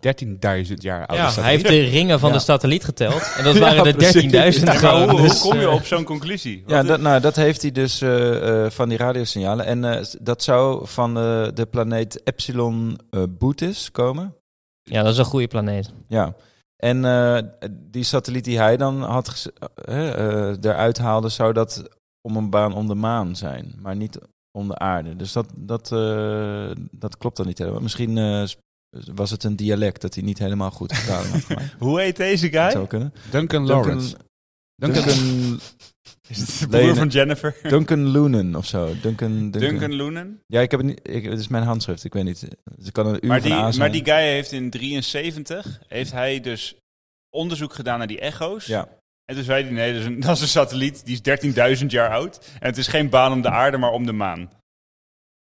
eh 13.000 jaar oude Ja, satelliet. hij heeft de ringen van Ja. de satelliet geteld. En dat waren er 13.000 precies. Ja, Maar gewoon. hoe, hoe Dus, kom je eh, op zo'n conclusie? Ja, Wat- dat, nou, dat heeft hij dus eh, eh, van die radiosignalen. En eh, s- dat zou van eh, de planeet Epsilon eh Bootis komen. Ja, dat is een goede planeet. Ja. En eh, die satelliet die hij dan had ges- eh, eh, eruit haalde, zou dat om een baan om de maan zijn, maar niet om de aarde. Dus dat, dat, eh, dat klopt dan niet helemaal. Misschien eh, sp- was het een dialect dat hij niet helemaal goed vertalen had. gemaakt. Hoe heet deze Dat guy? zou kunnen. Duncan Duncan- Lawrence. Duncan, Duncan, Is het de Lene. broer van Jennifer? Duncan Loonen of zo. Duncan, Duncan, Duncan Loonen. Ja, ik heb het niet. Ik, het is mijn handschrift. Ik weet niet. Ze kan een uur Maar van die, A zijn. maar die guy heeft in 73 heeft hij dus onderzoek gedaan naar die echo's. Ja. En toen zei hij, nee, dat is een, dat is een satelliet, die is 13.000 jaar oud. En het is geen baan om de aarde, maar om de maan.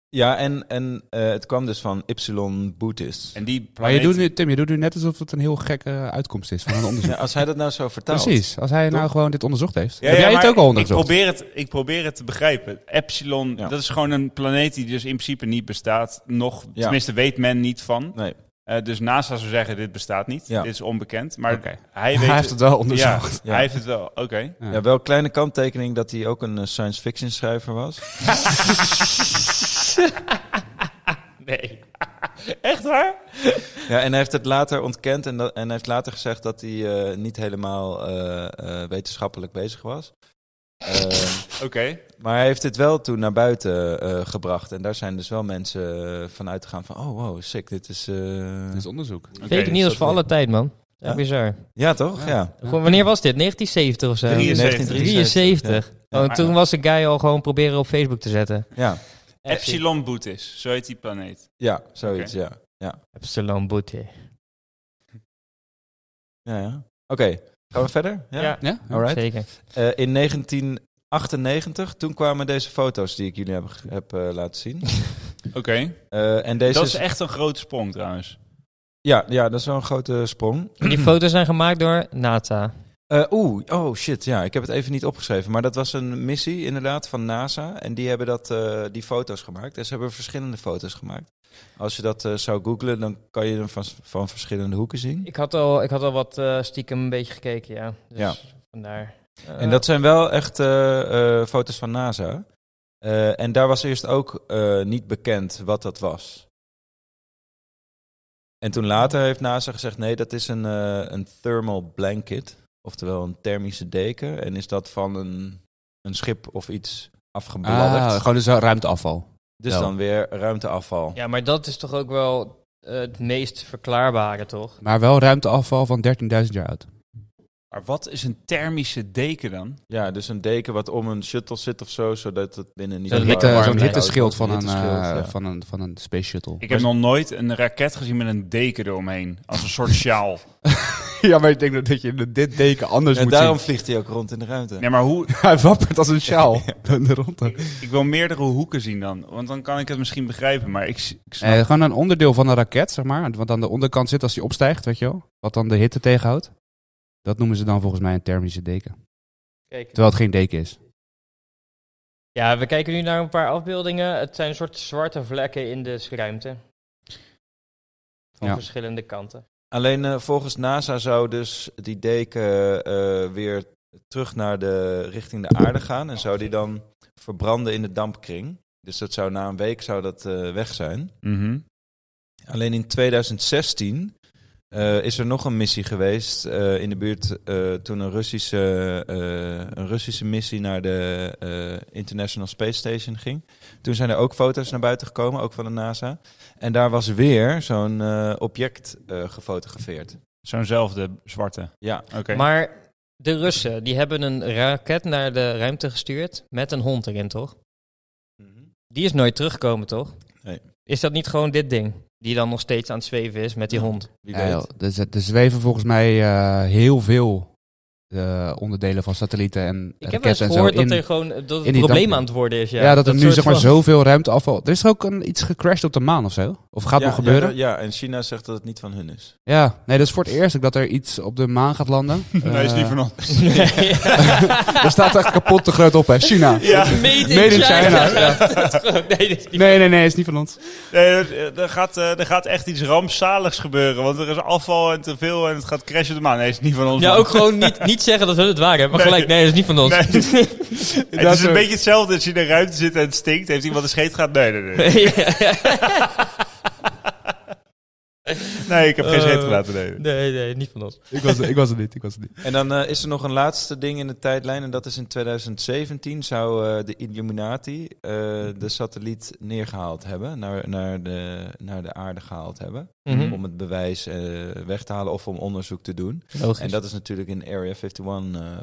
Ja, en, en eh, het kwam dus van Ypsilon Bootis. En die Maar je planeet... doet nu, Tim, je doet nu net alsof het een heel gekke uitkomst is van een onderzoek. Ja, als hij dat nou zo vertaalt. Precies, als hij nou Toch? gewoon dit onderzocht heeft. Ja, heb ja, jij het maar ook al Ik onderzocht? probeer het, ik probeer het te begrijpen. Epsilon, Ja. dat is gewoon een planeet die dus in principe niet bestaat. Nog, Ja. tenminste weet men niet van. Nee. Eh, dus NASA zou zeggen, dit bestaat niet. Ja. Dit is onbekend. Maar Oké. hij, weet, Hij heeft het wel onderzocht. Ja, Ja. hij heeft het wel. Oké. Ja, wel een kleine kanttekening dat hij ook een eh, science fiction schrijver was. Nee. Echt waar? ja, en hij heeft het later ontkend en, dat, en hij heeft later gezegd dat hij eh, niet helemaal eh, eh, wetenschappelijk bezig was. Eh, Oké. maar hij heeft dit wel toen naar buiten eh, gebracht. En daar zijn dus wel mensen eh, van uitgegaan van, oh wow, sick, dit is... eh, Dat is onderzoek. Oké, Fake nieuws dat voor is- alle tijd, man. Echt Ja. bizar. Ja, toch? Ja. Gewoon, wanneer was dit? 1970 of zo? 1973. 73. Oh, en toen was de guy al gewoon proberen op Facebook te zetten. Ja, Epsilon Bootis, zo heet die planeet. ja zoiets, ja. Epsilon Boete. Ja, ja. Oké, gaan we verder? Ja, Ja? Alright. zeker. Eh, in 1998, toen kwamen deze foto's die ik jullie heb, heb eh, laten zien. Oké. Eh, en deze Dat is echt een grote sprong trouwens. ja, ja, dat is wel een grote sprong. En die foto's zijn gemaakt door NASA. Eh, Oeh, oh shit, ja, ik heb het even niet opgeschreven. Maar dat was een missie inderdaad van NASA. En die hebben dat, eh, die foto's gemaakt. En ze hebben verschillende foto's gemaakt. Als je dat eh, zou googlen, dan kan je hem van, van verschillende hoeken zien. Ik had al, ik had al wat eh, stiekem een beetje gekeken, ja. Dus Ja. vandaar. Eh, En dat zijn wel echt eh, eh, foto's van NASA. Eh, en daar was eerst ook eh, niet bekend wat dat was. En toen later heeft NASA gezegd: nee, dat is een, eh, een thermal blanket. Oftewel een thermische deken. En is dat van een, een schip of iets afgebladderd. Ah, gewoon dus ruimteafval. dus ja. dan weer ruimteafval. Ja, maar dat is toch ook wel eh, het meest verklaarbare, toch? Maar wel ruimteafval van 13.000 jaar oud. Maar wat is een thermische deken dan? Ja, dus een deken wat om een shuttle zit of zo, zodat het binnen niet Zo'n te hitte- warm warm Hitte- Zo'n blijft. hitteschild van, een, eh, Hitteschild, ja. van, een, van een space shuttle. Ik heb nog nooit een raket gezien met een deken eromheen. Als een soort sjaal. ja, maar ik denk dat- dat je dit deken anders En Dus moet daarom vliegt hij ook rond in de ruimte. Nee, maar hoe, zien. Hij wappert als een sjaal. de ronde. ik wil meerdere hoeken zien dan. Want dan kan ik het misschien begrijpen. Maar ik, s- ik snap... Eh, gewoon een onderdeel van een raket, zeg maar. Wat aan de onderkant zit als die opstijgt, weet je wel. Wat dan de hitte tegenhoudt. Dat noemen ze dan volgens mij een thermische deken. Kijk. Terwijl het geen deken is. Ja, we kijken nu naar een paar afbeeldingen. Het zijn een soort zwarte vlekken in de ruimte. Van Ja. verschillende kanten. Alleen eh, volgens NASA zou dus die deken eh, weer terug naar de richting de aarde gaan. En zou die dan verbranden in de dampkring. Dus dat zou na een week zou dat eh, weg zijn. Mhm. Alleen in 2016 eh, is er nog een missie geweest eh, in de buurt eh, toen een Russische, eh, een Russische missie naar de eh, International Space Station ging. Toen zijn er ook foto's naar buiten gekomen, ook van de NASA. En daar was weer zo'n eh, object eh, gefotografeerd. Zo'nzelfde zwarte. Ja, Oké. Maar de Russen, die hebben een raket naar de ruimte gestuurd met een hond erin, toch? Die is nooit teruggekomen, toch? Nee. Is dat niet gewoon dit ding? Die dan nog steeds aan het zweven is met die hond. Wie Ja, weet. Eh, joh, er, z- er zweven volgens mij eh, heel veel eh, onderdelen van satellieten en Ik heb wel eens raketten en zo. gehoord dat in- er gewoon eh, dat in het die probleem dampen. aan het worden is. Ja, ja, dat er nu soort zeg maar van- zoveel ruimte afvalt. Er is ook een, iets gecrashed op de maan of zo? Of gaat ja, nog gebeuren? Ja, Ja, ja, en China zegt dat het niet van hun is. nee, dat is voor het eerst ook dat er iets op de maan gaat landen. Nee, is Eh, niet van ons. Er staat echt kapot te groot op, hè. China. Made in Made in China. China, nee, dit is niet- Nee, nee, nee, is niet van ons. Nee, er, er gaat, eh, er gaat echt iets rampzaligs gebeuren. Want er is afval en te veel en het gaat crashen op de maan. Nee, is niet van ons. Ja, man. ook gewoon niet, niet zeggen dat we het waren. Maar Nee. gelijk, nee, dat is niet van ons. Nee. het Dat is een ook. beetje hetzelfde als je in de ruimte zit en het stinkt. Heeft iemand een scheet gehad? Nee, nee, nee. Nee, ik heb geen Eh, scheet gelaten. Nee. nee, nee, niet van ons. Ik was, ik was het niet, ik was het niet. En dan eh, is er nog een laatste ding in de tijdlijn. En dat is in 2017 zou eh, de Illuminati eh, de satelliet neergehaald hebben. Naar, naar, de, naar de aarde gehaald hebben. Mhm. Om het bewijs eh, weg te halen of om onderzoek te doen. Logisch. En dat is natuurlijk in Area 51 eh,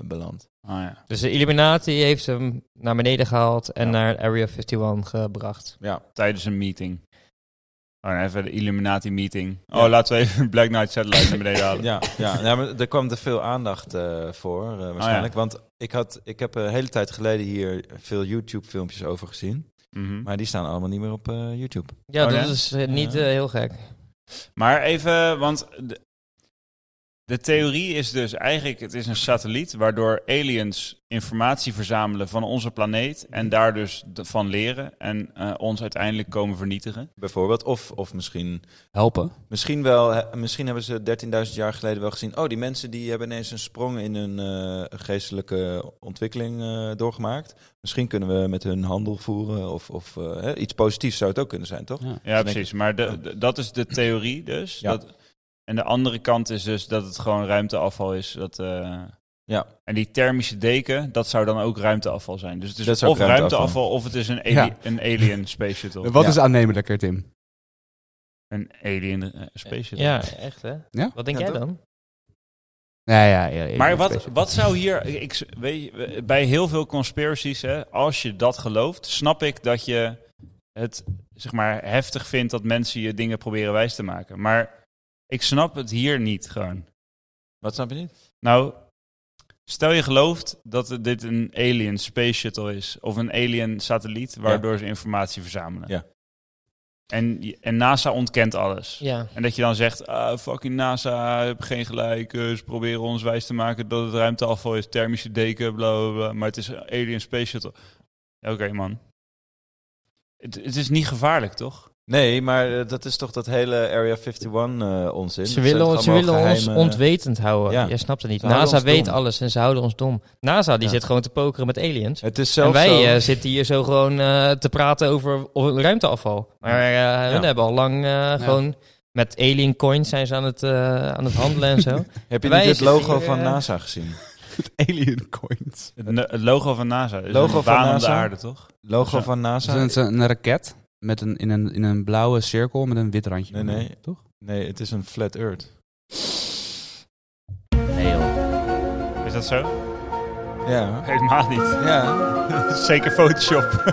beland. ja. Dus de Illuminati heeft hem naar beneden gehaald en naar Area 51 gebracht. Ja, Tijdens een meeting. Oh, nee, even de Illuminati meeting. Oh, Ja. laten we even Black Knight Satellite naar beneden halen. ja, ja. ja maar er kwam er veel aandacht eh, voor eh, waarschijnlijk. Want ik, had, ik heb een hele tijd geleden hier veel YouTube-filmpjes over gezien. Mhm. Maar die staan allemaal niet meer op eh, YouTube. Ja, Oh, dat ja? is eh, niet Ja. eh, heel gek. Maar even, want de, de theorie is dus eigenlijk, het is een satelliet waardoor aliens informatie verzamelen van onze planeet en daar dus de- van leren en eh, ons uiteindelijk komen vernietigen. Bijvoorbeeld. Of, of misschien, Helpen. misschien, wel, eh, misschien hebben ze 13.000 jaar geleden wel gezien. Oh, die mensen die hebben ineens een sprong in hun eh, geestelijke ontwikkeling eh, doorgemaakt. Misschien kunnen we met hun handel voeren. Of, of eh, hè, iets positiefs zou het ook kunnen zijn, toch? Ja, denk ik- precies. Maar de, de- dat is de theorie dus. Ja. Dat, en de andere kant is dus dat het gewoon ruimteafval is. Dat, eh, Ja. En die thermische deken, dat zou dan ook ruimteafval zijn. Dus het is Dat is ook of ruimteafval. ruimteafval of het is een, ali- Ja. een alien space shuttle. Wat Ja. is aannemelijker, Tim? Een alien eh, space shuttle. Ja, echt hè? Ja? Wat denk Ja, jij toch? dan? Ja, ja, ja. ja, Maar ja, wat, special. wat zou hier, ik, weet je, eh, bij heel veel conspiracies, hè, als je dat gelooft, snap ik dat je het zeg maar heftig vindt dat mensen je dingen proberen wijs te maken. Maar ik snap het hier niet gewoon. Wat snap je niet? Nou, stel je gelooft dat het- dit een alien space shuttle is of een alien satelliet waardoor ze informatie verzamelen. Ja. En, je- en NASA ontkent alles. Ja. En dat je dan zegt, ah, fucking NASA, heb geen gelijk. eh, ze proberen ons wijs te maken dat het ruimteafval is, thermische deken, bla bla bla. Maar het is een alien space shuttle. Oké, man. Het, het is niet gevaarlijk, toch? Nee, maar eh, dat is toch dat hele Area 51 eh onzin. Ze Dat zijn willen, toch ze allemaal willen ons geheime- ontwetend houden. Ja. Jij snapt het niet. Ze houden NASA ons weet dom. alles en ze houden ons dom. NASA die Ja. zit gewoon te pokeren met aliens. Het is En zelfs wij zo- eh, zitten hier zo gewoon eh, te praten over, over ruimteafval. Maar eh hun hebben al lang eh, gewoon met alien coins zijn ze aan het, eh, aan het handelen en zo. heb je wij niet het zitten logo hier, van eh, NASA gezien? Alien coins. Het, ne- het logo van NASA is Logo een van baan om de NASA? aarde, toch? Logo Zo. van Is het NASA? een, het is een raket met een, in, een, in een blauwe cirkel met een wit randje. Nee, nee. Toch? Nee, het is een flat earth. Is dat zo? Ja. Helemaal niet. Ja. Zeker Photoshop.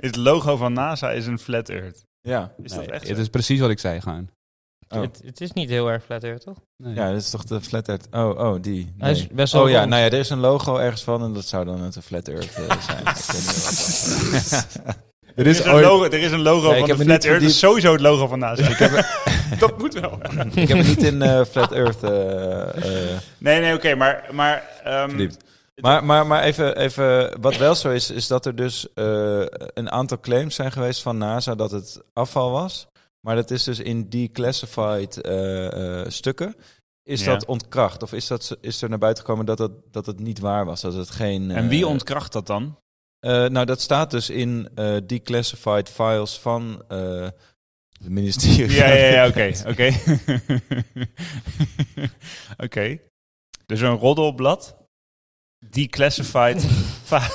het logo van NASA is een flat earth. Ja. Is Nee, dat echt Het zo? is precies wat ik zei, gewoon. Oh. Het, het is niet heel erg flatter, toch? Nee. Ja, dat is toch de flat earth. Oh, oh, die. Hij is Nee. best wel Oh ja, rond. nou ja, er is een logo ergens van en dat zou dan het een flat earth eh, zijn. Ik weet niet wat dat Er Er is, is een ooit- logo, er is een logo Nee, ik van heb de me niet Flat Earth. Dat is sowieso het logo van NASA. dat moet wel. is. Ik heb het niet in eh, flat earth eh, eh, Nee, nee, oké. maar maar ehm, Verdiept. Mm. Maar, maar, maar even, even, wat wel zo is, is dat er dus eh, een aantal claims zijn geweest van NASA dat het afval was. Maar dat is dus in declassified eh, eh, stukken. Is Ja. dat ontkracht? Of is, dat, is er naar buiten gekomen dat het, dat het niet waar was? Dat het geen. en wie eh, ontkracht dat dan? eh, nou, dat staat dus in eh, declassified files van eh, het ministerie. Ja, ja, ja, oké. Oké. Oké. Dus een roddelblad. Declassified. fa-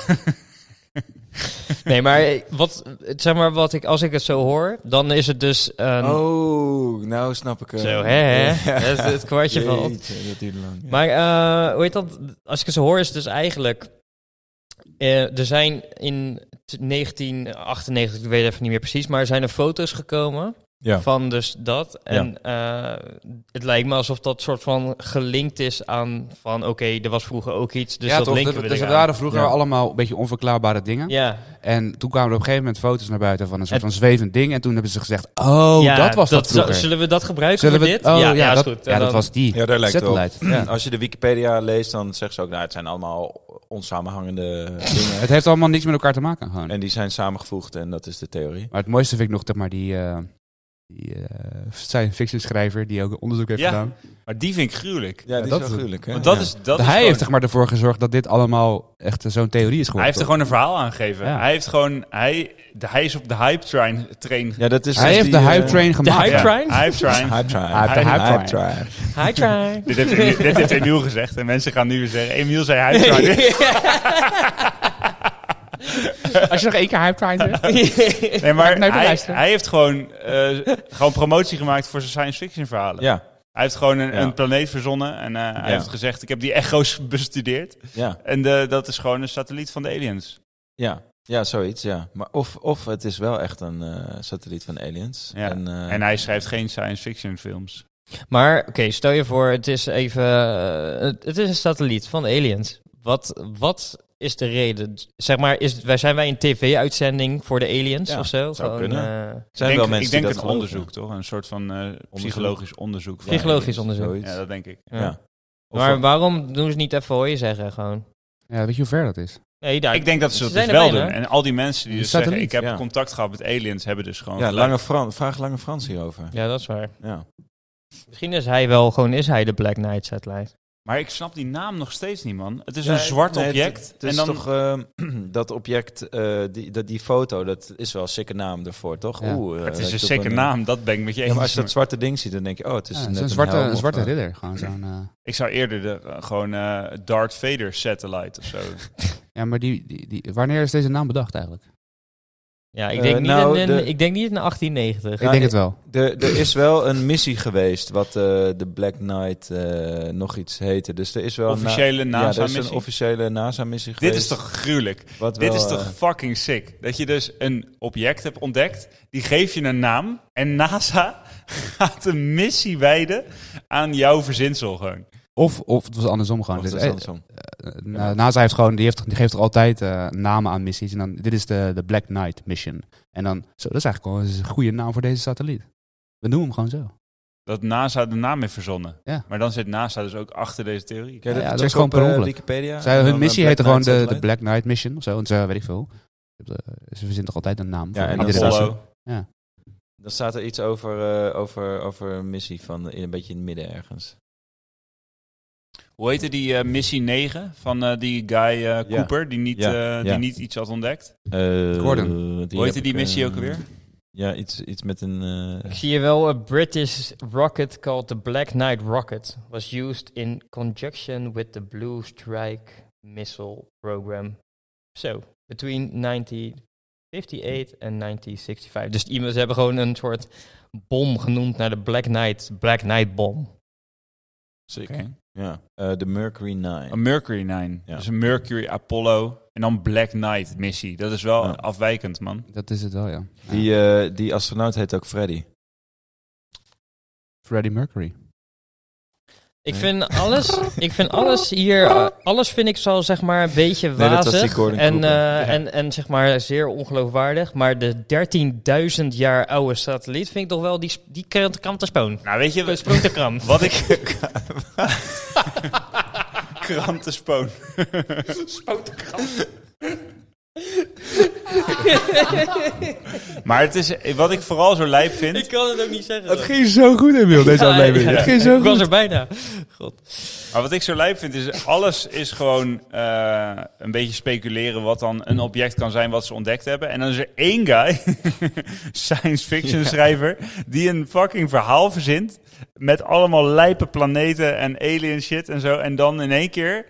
Nee, maar eh, wat, zeg maar wat ik, als ik het zo hoor, dan is het dus een... Oh, nou snap ik het. Zo, hè, hè? Dat is het kwartje valt. Jeetje, dat duurde lang. Maar eh, hoe heet dat? Als ik het zo hoor, is het dus eigenlijk Eh, er zijn in t- 1998, ik weet even niet meer precies, maar er zijn er foto's gekomen Ja. van dus dat. En eh, het lijkt me alsof dat soort van gelinkt is aan van oké, er was vroeger ook iets, dus ja, dat toch? linken dat- we dus eraan. er waren vroeger Ja. allemaal een beetje onverklaarbare dingen. Ja, En toen kwamen er op een gegeven moment foto's naar buiten van een soort Het- van zwevend ding. En toen hebben ze gezegd, oh, ja, dat was dat, zo- vroeger. Zullen we dat gebruiken Zullen voor we- dit? Oh, ja, ja, is dat, goed. Ehm, ja, En dat dan- was die. Ja, daar lijkt het op. Satellite. Ja. Als je de Wikipedia leest, dan zeggen ze ook, nou, het zijn allemaal onsamenhangende dingen. Het heeft allemaal niks met elkaar te maken. Gewoon. En die zijn samengevoegd en dat is de theorie. Maar het mooiste vind ik nog, zeg maar, die, eh die eh, science fiction schrijver die ook onderzoek heeft Ja, gedaan. Maar die vind ik gruwelijk. Ja, Ja, die dat is is- wel gruwelijk, hè? Want dat Ja. is, dat is hij gewoon- heeft zeg maar, ervoor gezorgd dat dit allemaal echt eh, zo'n theorie is hij geworden. heeft er gewoon een verhaal aan gegeven. Ja. Hij heeft gewoon, hij, de, hij is op de hype train. train Ja, dat is Hij dus heeft die, de eh, hype train gemaakt. hype Ja, train? Hype train. Hype train. Hij heeft de hype train. Hi, try. dit, heeft, Emiel- dit heeft Emiel gezegd. En mensen gaan nu weer zeggen, Emiel zei hype train. Als je nog één keer hype train zegt. Nee, Laat maar ik nooit meer hij, luisteren. hij heeft gewoon, eh, gewoon promotie gemaakt voor zijn science fiction verhalen. Ja, Hij heeft gewoon een, Ja. een planeet verzonnen en eh, hij Ja. heeft gezegd, ik heb die echo's bestudeerd. ja, En de, dat is gewoon een satelliet van de aliens. ja. Ja, zoiets, ja. Maar of, of het is wel echt een eh, satelliet van aliens. Ja. En, eh, En hij schrijft geen science fiction films. Maar oké, stel je voor, het is even. eh, het- het is een satelliet van aliens. Wat, wat is de reden? Zeg maar, is, wij- zijn wij een tv-uitzending voor de aliens Ja, of zo? zou Gewoon, kunnen. eh, er zijn ik wel denk, mensen ik denk die het dat geloven. onderzoek, toch? Een soort van eh, psychologisch onderzoek. van Psychologisch aliens. onderzoek. Zoiets. Ja, dat denk ik. ja. Ja. Of maar wel- waarom doen ze niet even hoor je zeggen gewoon? Ja, weet je hoe ver dat is? Nee, daar, ik denk dat ze dat zijn dus er wel doen. bijna. En al die mensen die Die dus zeggen, ik satelliet, heb ja. contact gehad met aliens, hebben dus gewoon... ja, gelijk. lange Fran, vraag Lange Frans hierover. Ja, dat is waar. Ja. Misschien is hij wel gewoon is hij de Black Knight satellite. Maar ik snap die naam nog steeds niet, man. Het is Ja, een zwart nee, het- object. Het is en dan, toch ehm, dat object, eh, die, dat, die foto, dat is wel een sikke naam ervoor, toch? Ja. Oeh, eh, het ik is een doe zeker een- naam, dat ben ik met je Ja, eens. maar als je maar- dat zwarte ding ziet, dan denk je, oh, het is Ja, net het is een zwarte, helm een of, zwarte eh, ridder. Gewoon zo'n, eh, Ik zou eerder de, eh, gewoon eh Darth Vader satellite of zo. ja, maar die, die, die, wanneer is deze naam bedacht eigenlijk? Ja, ik Eh, denk, niet nou, in, de- ik denk niet in 1890. ik denk het wel. Er, er is wel een missie geweest wat eh, de Black Knight eh, nog iets heette. Dus er is wel een na- Officiële Ja, er is een NASA-missie. officiële NASA-missie geweest. Dit is toch gruwelijk? wat Dit wel, is eh, toch fucking sick? Dat je dus een object hebt ontdekt, die geef je een naam en NASA gaat een missie wijden aan jouw verzinsel gewoon. Of, of het was andersom gewoon. wacht, dat Dit- is eh, andersom. eh, na- NASA heeft gewoon, die, heeft, die geeft er altijd eh, namen aan missies. En dan, dit is de, de Black Knight Mission. En dan, zo, dat is eigenlijk gewoon een goede naam voor deze satelliet. We noemen hem gewoon zo. Dat NASA de naam heeft verzonnen. Ja. Maar dan zit NASA dus ook achter deze theorie. Kijk, ja, dat check is gewoon op, per eh, ongeluk. Wikipedia. Zij, en hun dan, missie eh, heette Black gewoon Knight de, de Satellite. Black Knight Mission of zo. Want ze, weet ik veel. Eh, Ze verzinnen toch altijd een naam. Ja, voor en iedere Apollo. missie. Dan staat er iets over, eh, over, over een missie van eh, in een beetje in het midden ergens. Hoe heette die eh, missie 9 van eh, die guy eh, Cooper, die niet, Ja, eh, ja. die niet iets had ontdekt? Eh, Gordon. die Hoe heb heette die ik, missie eh, ook alweer? Ja, iets, iets met een... eh, Ik zie hier wel een British rocket called the Black Knight rocket was used in conjunction with the Blue Strike missile program. So, between 1958 en 1965. Dus iemand- ze hebben gewoon een soort bom genoemd naar de Black Knight, Black Knight bom. sick. Oké. Ja, eh, de Mercury 9. Een Mercury 9. Ja. Dus een Mercury Apollo en dan Black Knight missie. Dat is wel Ja. afwijkend, man. Dat is het wel, ja. ja. Die, eh, die astronaut heet ook Freddy. Freddie Mercury. Ik vind alles, ik vind alles hier, eh, alles vind ik zo zeg maar een beetje Nee, dat was die wazig Gordon en, Cooper. eh, Ja. en, en zeg maar zeer ongeloofwaardig. Maar de 13.000 jaar oude satelliet vind ik toch wel, die, sp- die krant- krant te spoon. Nou, weet Sp- je, Spoon te kram. Wat ik. Krantenspoon. Maar het is, wat ik vooral zo lijp vind. ik kan het ook niet zeggen. ging zo goed, Emil, deze Ja, ja. ik was er bijna. Maar wat ik zo lijp vind is. Alles is gewoon eh, een beetje speculeren. wat dan een object kan zijn wat ze ontdekt hebben. En dan is er één guy. science fiction schrijver. die een fucking verhaal verzint. met allemaal lijpe planeten en alien shit en zo. En dan in één keer.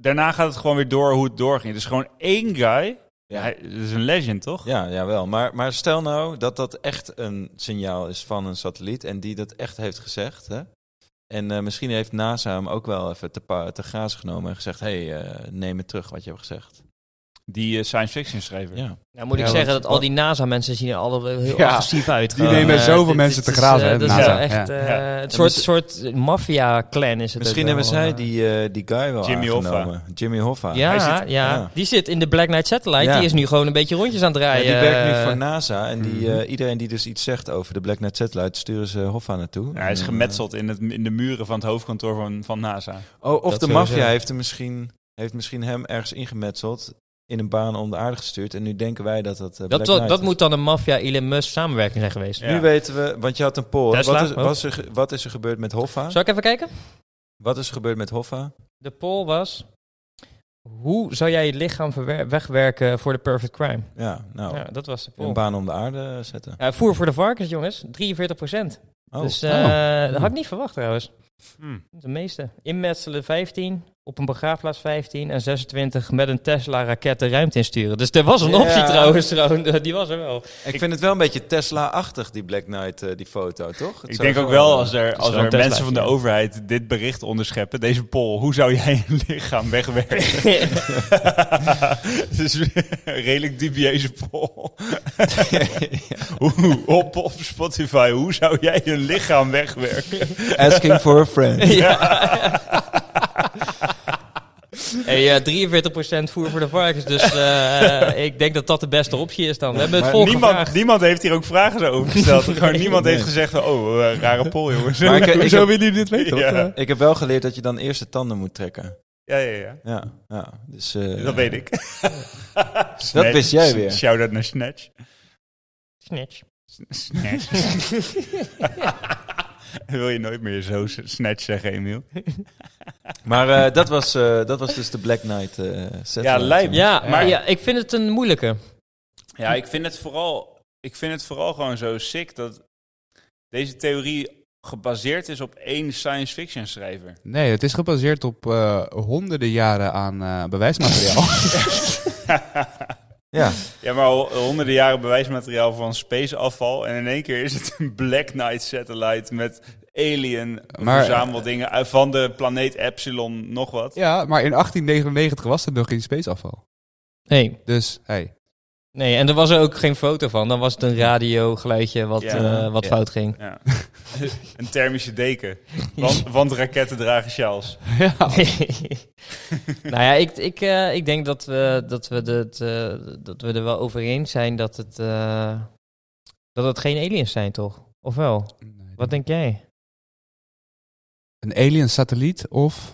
Daarna gaat het gewoon weer door hoe het doorging. Dus gewoon één guy. Ja. Hij, dat is een legend, toch? Ja, jawel. Maar, maar stel nou dat dat echt een signaal is van een satelliet en die dat echt heeft gezegd. Hè? En eh, misschien heeft NASA hem ook wel even te, pa- te grazen genomen en gezegd: hé, hey, eh, neem het terug wat je hebt gezegd. die eh, science fiction schrijver. Ja. Nou moet ik Ja, zeggen want- dat al die NASA-mensen zien er allemaal heel Ja, agressief uit. die gewoon. nemen Eh, zoveel dit- dit mensen te is, grazen, eh, hè, Dat is NASA. wel echt Ja. eh, Ja. een soort, soort maffia-clan is het Misschien ook wel, hebben zij eh. die, eh, die guy wel Jimmy Hoffa. aangenomen. Jimmy Hoffa. Hij Ja, zit- ja, ja. die zit in de Black Knight Satellite. Ja. Die is nu gewoon een beetje rondjes aan het Ja, rijden. die werkt nu eh. voor NASA en die, Mhm. eh, iedereen die dus iets zegt over de Black Knight Satellite, sturen ze Hoffa naartoe. Ja, hij is En, eh, gemetseld in, het, in de muren van het hoofdkantoor van, van NASA. Oh, of Dat de sowieso. maffia heeft, hem misschien- heeft misschien hem ergens ingemetseld, in een baan om de aarde gestuurd. En nu denken wij dat dat. eh, Black Dat, wa- Knight dat is. moet dan een maffia-Elon Musk samenwerking zijn geweest. Ja. Dus Nu weten we, want je had een poll. hè? Tesla Wat is, ook. was er, ge- wat is er gebeurd met Hoffa? Zal ik even kijken? Wat is er gebeurd met Hoffa? De poll was... Hoe zou jij je lichaam verwer- wegwerken voor de perfect crime? Ja, nou, Ja, dat was de poll. een baan om de aarde zetten. Ja, voer voor de varkens, jongens. 43 Oh, dus eh, dat had ik niet verwacht trouwens. Hm. De meeste. Inmetselen 15, op een begraafplaats 15 en 26 met een Tesla-raket de ruimte insturen. Dus er was een Ja. optie trouwens, gewoon, die was er wel. ik, vind het wel een beetje Tesla-achtig, die Black Knight, eh, die foto, toch? Het Ik zou denk eh, zo- ook wel, als er, is als wel er een Tesla, mensen van de ja. overheid dit bericht onderscheppen, deze poll, hoe zou jij je lichaam wegwerken? Het is een redelijk dubieuze poll. Hoe- op, op Spotify, hoe zou jij je lichaam wegwerken? Asking for a friend. Hey, eh 43% voer voor de varkens. Dus eh, ik denk dat dat de beste optie is dan. We hebben het Maar volgende Niemand, niemand heeft hier ook vragen over gesteld. Gewoon niemand Nee. heeft gezegd, oh, eh, rare poll jongens. Maar ik- ik Hoezo heb- willen jullie dit weten? Ja, Ik heb wel geleerd dat je dan eerst de tanden moet trekken. ja, ja. ja. Ja, ja. Dus, eh, Dat weet ik. Dat wist jij weer. Shout-out naar Snatch. Snitch. Snatch. Wil je nooit meer zo s- Snatch zeggen, Emiel? Maar eh, dat, was, eh, dat was dus de Black Knight eh set. Ja, lijp. Ja, Maar- maar ja, ik vind het een moeilijke. Ja, ik vind het vooral, ik vind het vooral gewoon zo sick dat deze theorie gebaseerd is op één science fiction schrijver. Nee, het is gebaseerd op eh, honderden jaren aan eh, bewijsmateriaal. Ja, ja, maar ho- honderden jaren bewijsmateriaal van spaceafval en in één keer is het een Black Knight satellite met alien Maar- verzameldingen uit- van de planeet Epsilon nog wat. ja, maar in 1899 was er nog geen spaceafval. Nee. Dus, hey. nee, en er was er ook geen foto van. Dan was het een radiogeluidje wat, Ja. eh, wat Ja. fout ging. Ja. een thermische deken. Want, want raketten dragen sjaals. ja. nou ja, ik, ik, eh, ik denk dat we, dat, we dit, eh, dat we er wel over eens zijn dat het, eh, dat het geen aliens zijn, toch? Of wel? Wat denk jij? Een alien satelliet of,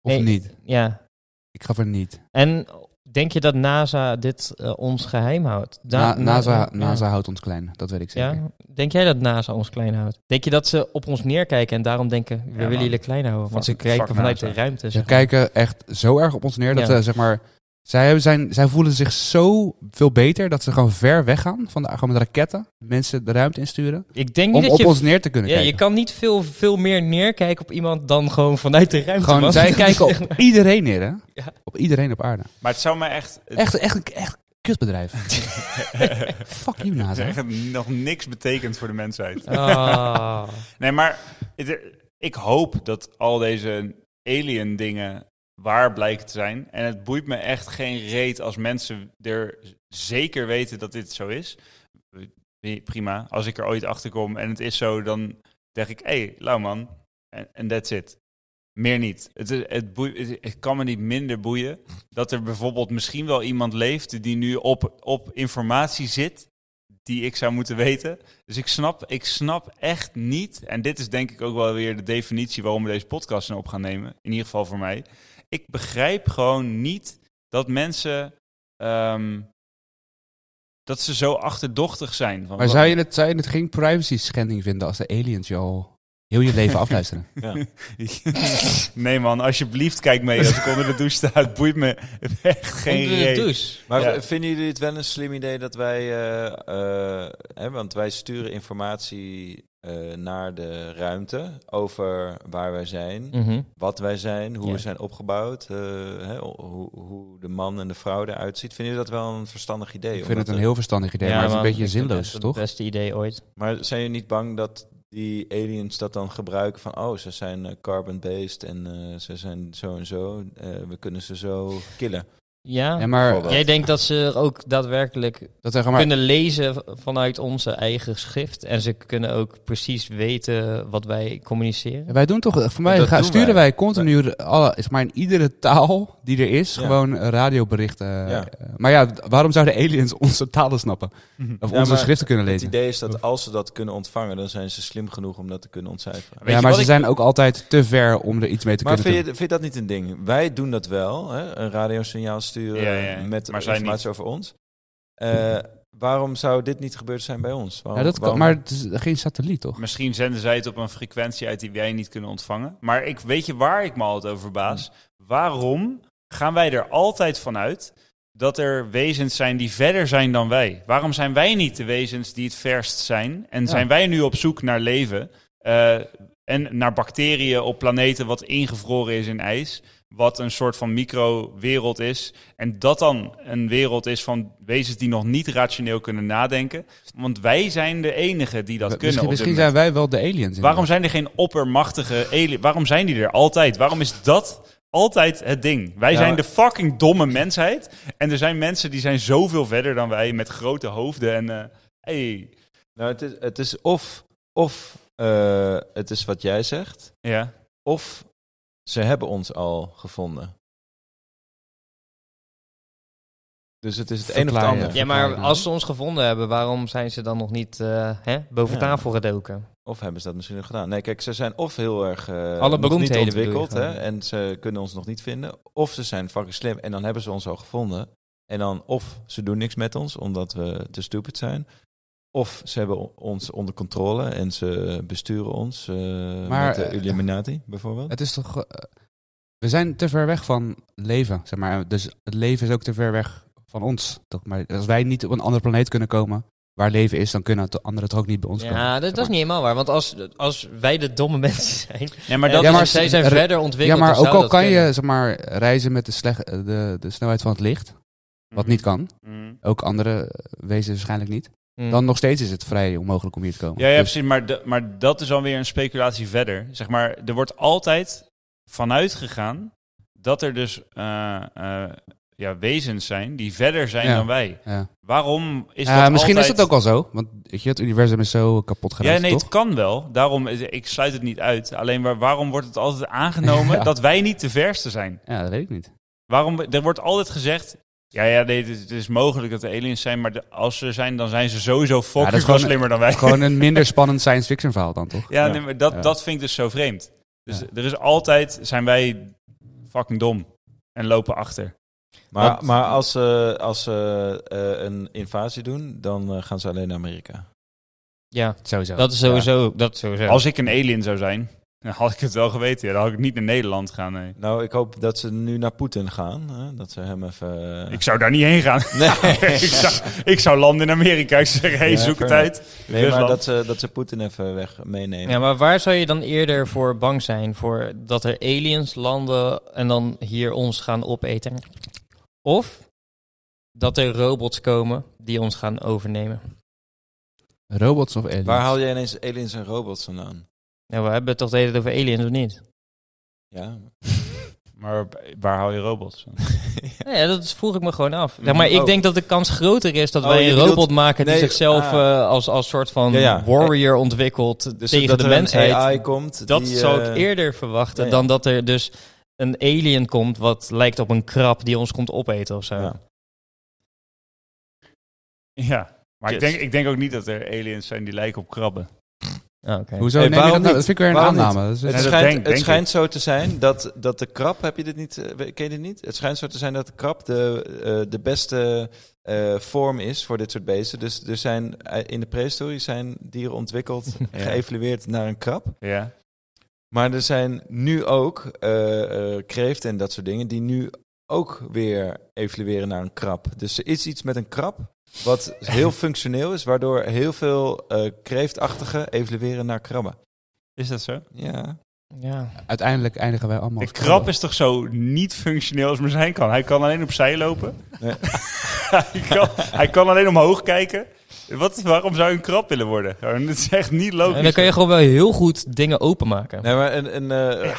of Nee. niet? Ja. Ik ga voor niet. En denk je dat NASA dit eh, ons geheim houdt? Da- Na- NASA, ja. NASA houdt ons klein, dat weet ik zeker. Ja? Denk jij dat NASA ons klein houdt? Denk je dat ze op ons neerkijken en daarom denken, we man. willen jullie klein houden? Want ze Fuck- kijken fuck vanuit NASA. de ruimte. Ze zeg maar. kijken echt zo erg op ons neer dat Ja. ze, zeg maar, zij, hebben- zijn, zij voelen zich zo veel beter dat ze gewoon ver weggaan van de, gewoon met raketten, mensen de ruimte insturen Ik denk niet om dat op je... ons neer te kunnen ja, je kijken. kan niet veel, veel meer neerkijken op iemand dan gewoon vanuit de ruimte. Gewoon, man. zij kijken op iedereen neer, hè? Ja. Op iedereen op aarde. Maar het zou mij echt... het- Echt, echt, een- echt een kutbedrijf. Fuck you, het NASA. echt nog niks betekent voor de mensheid. Ah. Nee, maar het- ik hoop dat al deze alien dingen waar blijken te zijn. En het boeit me echt geen reet als mensen er zeker weten dat dit zo is. Eh, Prima. Als ik er ooit achter kom en het is zo, dan denk ik, hé, hey, lauw man. En en that's it. Meer niet. Het, is- het, boeit- het, het kan me niet minder boeien dat er bijvoorbeeld misschien wel iemand leeft die nu op, op informatie zit die ik zou moeten weten. Dus ik snap, ik snap echt niet, en dit is denk ik ook wel weer de definitie waarom we deze podcast nou op gaan nemen, in ieder geval voor mij. Ik begrijp gewoon niet dat mensen, ehm, dat ze zo achterdochtig zijn. Van, Maar wat- zou je, het, zou je het geen privacy schending vinden als de aliens je al heel je leven afluisteren? nee man, alsjeblieft kijk mee als ik onder de douche sta. Het boeit me echt geen Onder de reet. douche. maar Ja. v- vinden jullie het wel een slim idee dat wij, eh, eh, hè, want wij sturen informatie eh, naar de ruimte over waar wij zijn, Mm. Mhm. wat wij zijn, hoe Ja. we zijn opgebouwd, eh, hè, o- hoe, hoe de man en de vrouw eruit ziet. Vinden jullie dat wel een verstandig idee? Ik vind Omdat het een we- heel verstandig idee, Ja, maar het is man, een beetje ik vind zinloos, echt toch? Het beste idee ooit. Maar zijn jullie niet bang dat die aliens dat dan gebruiken van, oh, ze zijn eh, carbon-based en eh, ze zijn zo en zo, eh, we kunnen ze zo killen? Ja? Ja, maar Bijvoorbeeld. Jij denkt dat ze er ook daadwerkelijk dat zeggen maar. kunnen lezen v- vanuit onze eigen schrift. En ze kunnen ook precies weten wat wij communiceren. eh, Wij doen toch, voor mij Dat ga, doen sturen wij, wij. continu, alle, is maar in iedere taal die er is, Ja. gewoon eh, radioberichten. Ja. Eh, Maar ja, d- waarom zouden aliens onze talen snappen? Of Ja, onze maar schriften kunnen Het lezen? idee is dat als ze dat kunnen ontvangen, dan zijn ze slim genoeg om dat te kunnen ontcijferen. Weet ja, maar je wat ze ik- zijn ook altijd te ver om er iets mee te Maar kunnen vind je, doen. vind je dat niet een ding? Wij doen dat wel, hè? een radiosignaal sturen Ja, ja, met maar zij informatie over ons. Eh, waarom zou dit niet gebeurd zijn bij ons? Waarom, Ja, dat kan, Oh, waarom- maar het is geen satelliet, toch? Misschien zenden zij het op een frequentie uit die wij niet kunnen ontvangen. Maar ik weet je waar ik me altijd over verbaas? Waarom gaan wij er altijd vanuit dat er wezens zijn die verder zijn dan wij? Waarom zijn wij niet de wezens die het verst zijn? En zijn wij nu op zoek naar leven eh, en naar bacteriën op planeten wat ingevroren is in ijs? Wat een soort van micro-wereld is. En dat dan een wereld is van wezens die nog niet rationeel kunnen nadenken. Want wij zijn de enigen die dat Misschien- kunnen. op dit misschien moment. zijn wij wel de aliens. Waarom inderdaad. zijn er geen oppermachtige aliens? Waarom zijn die er altijd? Waarom is dat altijd het ding? Wij Ja, zijn maar- de fucking domme mensheid. En er zijn mensen die zijn zoveel verder dan wij met grote hoofden. En eh, hey, Nou, het, is, het is of, of eh, het is wat jij zegt, ja. of ze hebben ons al gevonden. Dus het is het een of het Verklaar je. ander. Ja, maar als ze ons gevonden hebben, waarom zijn ze dan nog niet eh, hè, boven Ja. tafel gedoken? Of hebben ze dat misschien nog gedaan? Nee, kijk, ze zijn of heel erg eh, nog beroemdheden niet ontwikkeld bedoel je hè, en ze kunnen ons nog niet vinden. Of ze zijn fucking slim en dan hebben ze ons al gevonden. En dan of ze doen niks met ons omdat we te stupid zijn. Of ze hebben o- ons onder controle en ze besturen ons eh, Maar, met de eh, Illuminati bijvoorbeeld. Het is toch... eh, we zijn te ver weg van leven, zeg maar. Dus het leven is ook te ver weg van ons. Toch? Maar als wij niet op een andere planeet kunnen komen waar leven is, dan kunnen het anderen toch ook niet bij ons komen. Ja, dat, dat zeg is maar. niet helemaal waar. Want als, als wij de domme mensen zijn, Nee, maar eh, dat Ja, dus maar zij s- zijn re- verder ontwikkeld. ja, maar dan zou ook al dat kan kunnen. je zeg maar, reizen met de, slecht, de, de snelheid van het licht, wat niet kan. Mm. Ook andere eh, wezens waarschijnlijk niet. Mm. Dan nog steeds is het vrij onmogelijk om hier te komen. Mhm. Ja, ja Dus- precies. Maar, de- maar dat is alweer een speculatie verder. Zeg maar, er wordt altijd vanuit gegaan dat er dus eh, eh, ja, wezens zijn die verder zijn Ja. dan wij. ja. Waarom is Ja, dat misschien is altijd- dat ook al zo, want weet je, het universum is zo kapot geraakt, Ja, nee, toch? het kan wel. Daarom, is- ik sluit het niet uit. Alleen waar- waarom wordt het altijd aangenomen Ja. dat wij niet de verste zijn? Ja, dat weet ik niet. Waarom, er wordt altijd gezegd, ja, ja, nee, het is, het is mogelijk dat er aliens zijn, maar de- als ze zijn, dan zijn ze sowieso Ja, dat fucking is veel gewoon- slimmer dan wij. Gewoon een minder spannend science fiction verhaal dan, toch? ja, Ja. nee, maar dat, Ja. dat vind ik dus zo vreemd. Dus Ja. er is altijd, zijn wij fucking dom en lopen achter. maar, wat- maar als ze als, ze eh, een invasie doen, dan eh, gaan ze alleen naar Amerika. Ja, Sowieso. dat is sowieso. Dat is sowieso. Als ik een alien zou zijn, dan had ik het wel geweten. Ja, dan had ik niet naar Nederland gaan, nee. Nou, ik hoop dat ze nu naar Poetin gaan. Hè? Dat ze hem even... eh, Ik zou daar niet heen gaan. Nee. ik, zou, ik zou landen in Amerika. Ik zeg, hey, Ja, zoek het fair uit. Nee, maar Rusland. dat ze, dat ze Poetin even weg meenemen. Ja, maar waar zou je dan eerder voor bang zijn? Voor dat er aliens landen en dan hier ons gaan opeten? Of dat er robots komen die ons gaan overnemen? Robots of aliens? Waar haal je ineens aliens en robots vandaan? Nou, we hebben het toch de hele tijd over aliens, of niet? Ja. Maar waar hou je robots? Nou Ja, dat vroeg ik me gewoon af. Zeg Mm, maar ik oh. denk dat de kans groter is dat Oh, wij je een bedoelt- robot maken die nee, zichzelf ah. eh, als, als soort van Ja, ja. warrior ontwikkelt Dus tegen dat de er een mensheid. AI komt. Dat die, zou eh, ik eerder verwachten ja, ja. dan dat er dus een alien komt wat lijkt op een krab die ons komt opeten of zo. Ja. Ja. Maar ik Yes. denk, ik denk ook niet dat er aliens zijn die lijken op krabben. Ah, oké. Hoezo? Hey, neem je waarom dat, nou? niet? dat vind ik weer een Waarom niet? aanname. Dat is- Het dat schijnt, denk- het denk schijnt zo te zijn dat, dat de krab, heb je dit niet, eh, ken je dit niet? Het schijnt zo te zijn dat de krab de, eh, de beste eh, vorm is voor dit soort beesten. Dus er zijn, eh, in de prehistorie zijn dieren ontwikkeld, geëvalueerd naar een krab. Ja. Maar er zijn nu ook eh, eh, kreeften en dat soort dingen die nu ook weer evolueren naar een krab. Dus er is iets met een krab wat heel functioneel is, waardoor heel veel eh kreeftachtigen evolueren naar krabben. Is dat zo? Ja. Ja. Uiteindelijk eindigen wij allemaal De als krab is toch zo niet functioneel als maar zijn kan? Hij kan alleen opzij lopen. Nee. hij, kan, hij kan alleen omhoog kijken. Wat, waarom zou je een krab willen worden? Gewoon, Het is echt niet logisch. En dan kan je gewoon wel heel goed dingen openmaken. Nee, maar een, een, eh,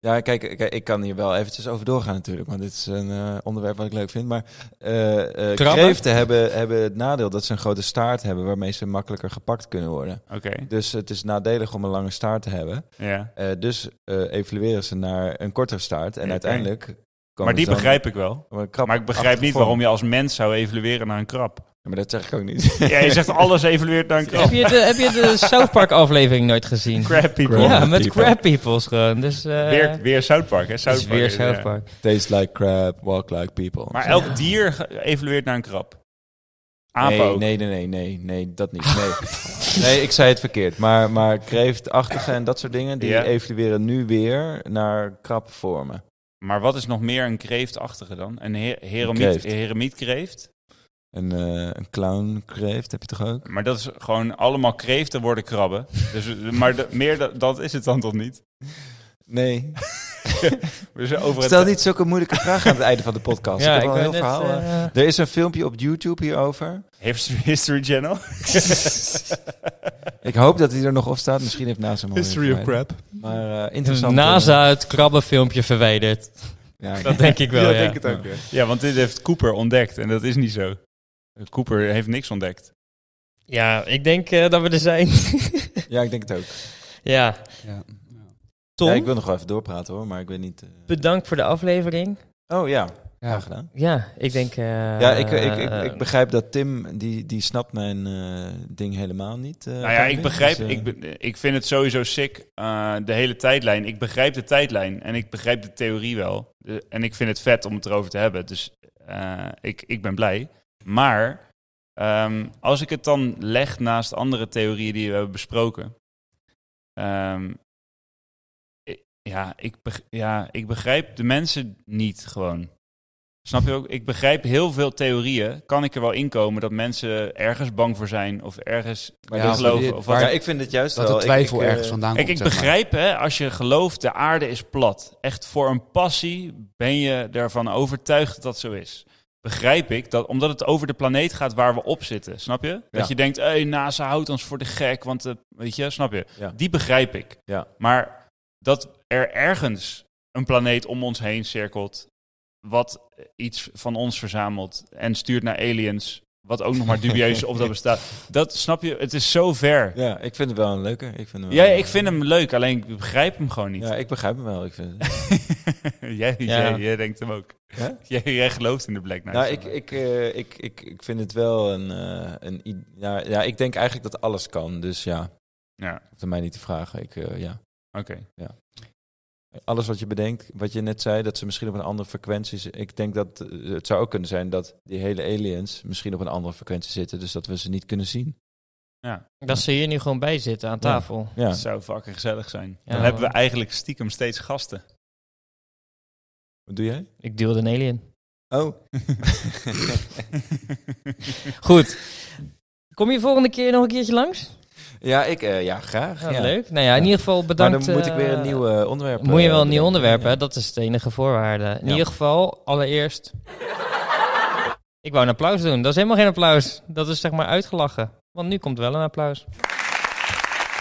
ja. kijk, kijk, ik kan hier wel eventjes over doorgaan natuurlijk, want dit is een eh, onderwerp wat ik leuk vind. Maar eh eh Krabben? kreeften hebben, hebben het nadeel dat ze een grote staart hebben waarmee ze makkelijker gepakt kunnen worden. Oké, Dus het is nadelig om een lange staart te hebben. ja. Eh, dus eh, evalueren ze naar een kortere staart en Oké. uiteindelijk... komen Maar die ze dan begrijp ik wel. op een krab- Maar ik begrijp achtige niet vorm. waarom je als mens zou evalueren naar een krab. Ja, maar dat zeg ik ook niet. Ja, je zegt alles evalueert naar een Heb krab. je de, heb je de South Park aflevering nooit gezien? Crab people. Crab ja, met people. crab peoples gewoon. Dus, eh, Weer, weer South Park, hè? het South is Park weer is, ja. South Park. Taste like crab, walk like people. Maar elk dier ge- evalueert naar een krab. Apo. nee, nee, nee, nee, nee, nee, dat niet. Nee, nee ik zei het verkeerd. Maar, maar kreeftachtige en dat soort dingen, die Ja. evolueren nu weer naar krabvormen. Maar wat is nog meer een kreeftachtige dan? Een he heremiet, Kreeft. heremietkreeft? Een, eh een clown kreeft heb je toch ook? Maar dat is gewoon allemaal kreeften worden krabben. Dus, maar de- meer da- dat is het dan toch niet? Nee. We zijn over het- Stel niet zulke moeilijke vragen aan het einde van de podcast. ik heb al een heel wou net, verhaal. eh. eh, Er is een filmpje op YouTube hierover. eh, History, History Channel. Ik hoop dat hij er nog op staat. Misschien heeft NASA hem al weer verwijderd. crap. Maar eh, de interessant. NASA het krabbenfilmpje verwijderd. eh, ja, Dat denk ik wel, ja. het ook. Ja. ja, want dit heeft Cooper ontdekt en dat is niet zo. Cooper heeft niks ontdekt. Ja, ik denk eh, dat we er zijn. ja, ik denk het ook. ja, Ja. Tom, Ja, ik wil nog wel even doorpraten hoor, maar ik weet niet. eh. bedankt voor de aflevering. Oh ja, Ja. graag gedaan. Ja, ik denk... eh, Ja, ik, ik, ik, eh, ik begrijp dat Tim, die, die snapt mijn eh, ding helemaal niet. eh, nou ja, ik uiteindelijk. begrijp, Dus, eh, ik, be- ik vind het sowieso sick, eh, de hele tijdlijn. Ik begrijp de tijdlijn en ik begrijp de theorie wel. Eh, en ik vind het vet om het erover te hebben, dus eh, ik, ik ben blij. Maar ehm, als ik het dan leg naast andere theorieën die we hebben besproken... ehm, ik- ja, ik beg- ja, ik begrijp de mensen niet gewoon. Snap je ook? Ik begrijp heel veel theorieën. Kan ik er wel inkomen dat mensen ergens bang voor zijn of ergens maar Ja, dat ja, geloof- is- geloven. dit- Of waar- wat. ja, ik vind het juist Dat wel. de Ik- twijfel ik, eh, ergens vandaan Kijk, komt. ik zeg maar. begrijp hè, als je gelooft de aarde is plat. Echt voor een passie ben je ervan overtuigd dat dat zo is. Begrijp ik dat omdat het over de planeet gaat waar we op zitten, snap je? Dat Ja. je denkt, hey, NASA houdt ons voor de gek, want eh, weet je, snap je? Ja. Die begrijp ik. Ja. Maar dat er ergens een planeet om ons heen cirkelt, wat iets van ons verzamelt en stuurt naar aliens, wat ook nog maar dubieus is of dat bestaat. Dat snap je, het is zo ver. Ja, ik vind het wel een leuke. Ik vind hem wel Ja, een- ik vind hem leuk, alleen ik begrijp hem gewoon niet. Ja, ik begrijp hem wel. Ik vind het- jij, jij, jij denkt hem ook. Ja? Jij, jij gelooft in de Black Knight. nou, ik, ik, eh, ik, ik, ik vind het wel een. eh, een i- ja, ja, ik denk eigenlijk dat alles kan. Dus ja, Ja, hoeft er mij niet te vragen. Ik, eh, ja. oké. Alles wat je bedenkt, wat je net zei, dat ze misschien op een andere frequentie zitten. Ik denk dat eh, het zou ook kunnen zijn dat die hele aliens misschien op een andere frequentie zitten. Dus dat we ze niet kunnen zien. Dat ze hier nu gewoon bij zitten aan tafel. Ja. Het zou fucking gezellig zijn. Ja, Dan hebben we man. eigenlijk stiekem steeds gasten. Wat doe jij? Ik deelde een alien. Oh. Goed. Kom je volgende keer nog een keertje langs? ja, ik, eh, ja, graag. Ja, ja. Leuk. Nou ja, in Ja. ieder geval bedankt. maar dan moet ik weer een eh, nieuw eh, onderwerp. Moet je eh, wel een nieuw bedenken. onderwerp, Ja. hè? Dat is de enige voorwaarde. In Ja. ieder geval, allereerst. Ik wou een applaus doen. Dat is helemaal geen applaus. Dat is zeg maar uitgelachen. Want nu komt wel een applaus.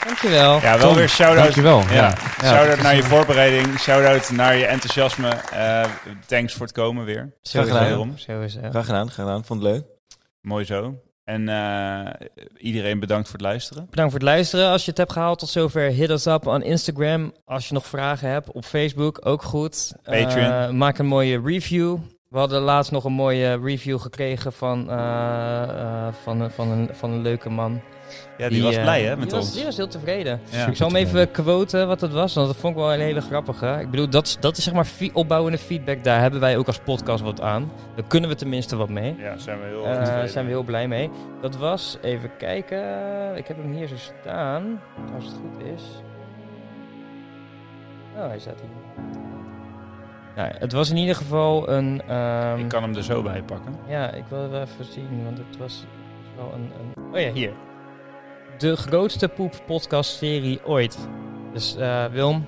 Dankjewel. Ja, wel Tom, weer shout-out. Dankjewel. Ja. Ja. Shout-out naar je voorbereiding. Shout-out naar je enthousiasme. Eh, thanks voor het komen weer. Graag gedaan. Sowieso. Wederom. Sowieso. Graag gedaan, graag gedaan. Vond het leuk. Mooi zo. En eh, iedereen bedankt voor het luisteren. Bedankt voor het luisteren. Als je het hebt gehaald tot zover, hit us up aan Instagram. Als je nog vragen hebt op Facebook, ook goed. Patreon. Eh, maak een mooie review. We hadden laatst nog een mooie review gekregen van, eh, eh, van, een- van, een, van een leuke man. Ja, die, was eh, blij hè, met die was- ons. die was heel tevreden. Ja. Ik zal hem even quoten wat het was, want dat vond ik wel een hele grappige. Ik bedoel, dat, is- dat is zeg maar fi- opbouwende feedback. Daar hebben wij ook als podcast wat aan. Daar kunnen we tenminste wat mee. Ja, zijn we heel Daar tevreden. Eh, zijn we heel blij mee. Dat was, even kijken. Ik heb hem hier zo staan. Als het goed is. Oh, hij staat hier. Nou, het was in ieder geval een. ehm, Ik kan hem er zo bij pakken. Ja, ik wil het wel even zien, want het was wel een. een... Oh ja, hier. De grootste poep-podcast-serie ooit. Dus eh, Wilm,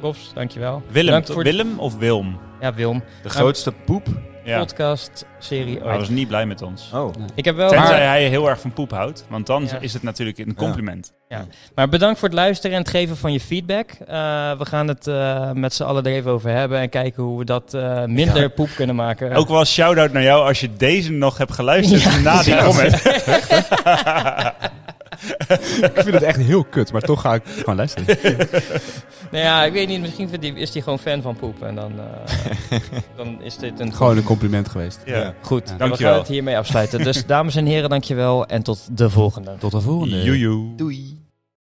props, dankjewel. Willem, Bedankt toch? voor- Willem of Wilm? Ja, Wilm. De grootste poep Ja. podcast serie Hij was ooit. niet blij met ons. Oh, Ik heb wel... Tenzij Maar, hij heel erg van poep houdt, want dan Ja. is het natuurlijk een compliment. maar bedankt voor het luisteren en het geven van je feedback. Eh, we gaan het eh, met z'n allen er even over hebben en kijken hoe we dat eh, minder poep kunnen maken. Ook wel een shout-out naar jou als je deze nog hebt geluisterd Ja, na die ja. comment. ik vind het echt heel kut, maar toch ga ik gewoon luisteren. Nou ja, ik weet niet, misschien vindt die, is hij gewoon fan van poep en dan, eh, dan is dit een... Gewoon een compliment geweest. Ja. Ja. Goed, Ja. dan we Dankjewel. gaan het hiermee afsluiten. Dus dames en heren, dankjewel en tot de volgende. Tot de volgende. Joejoe. doei.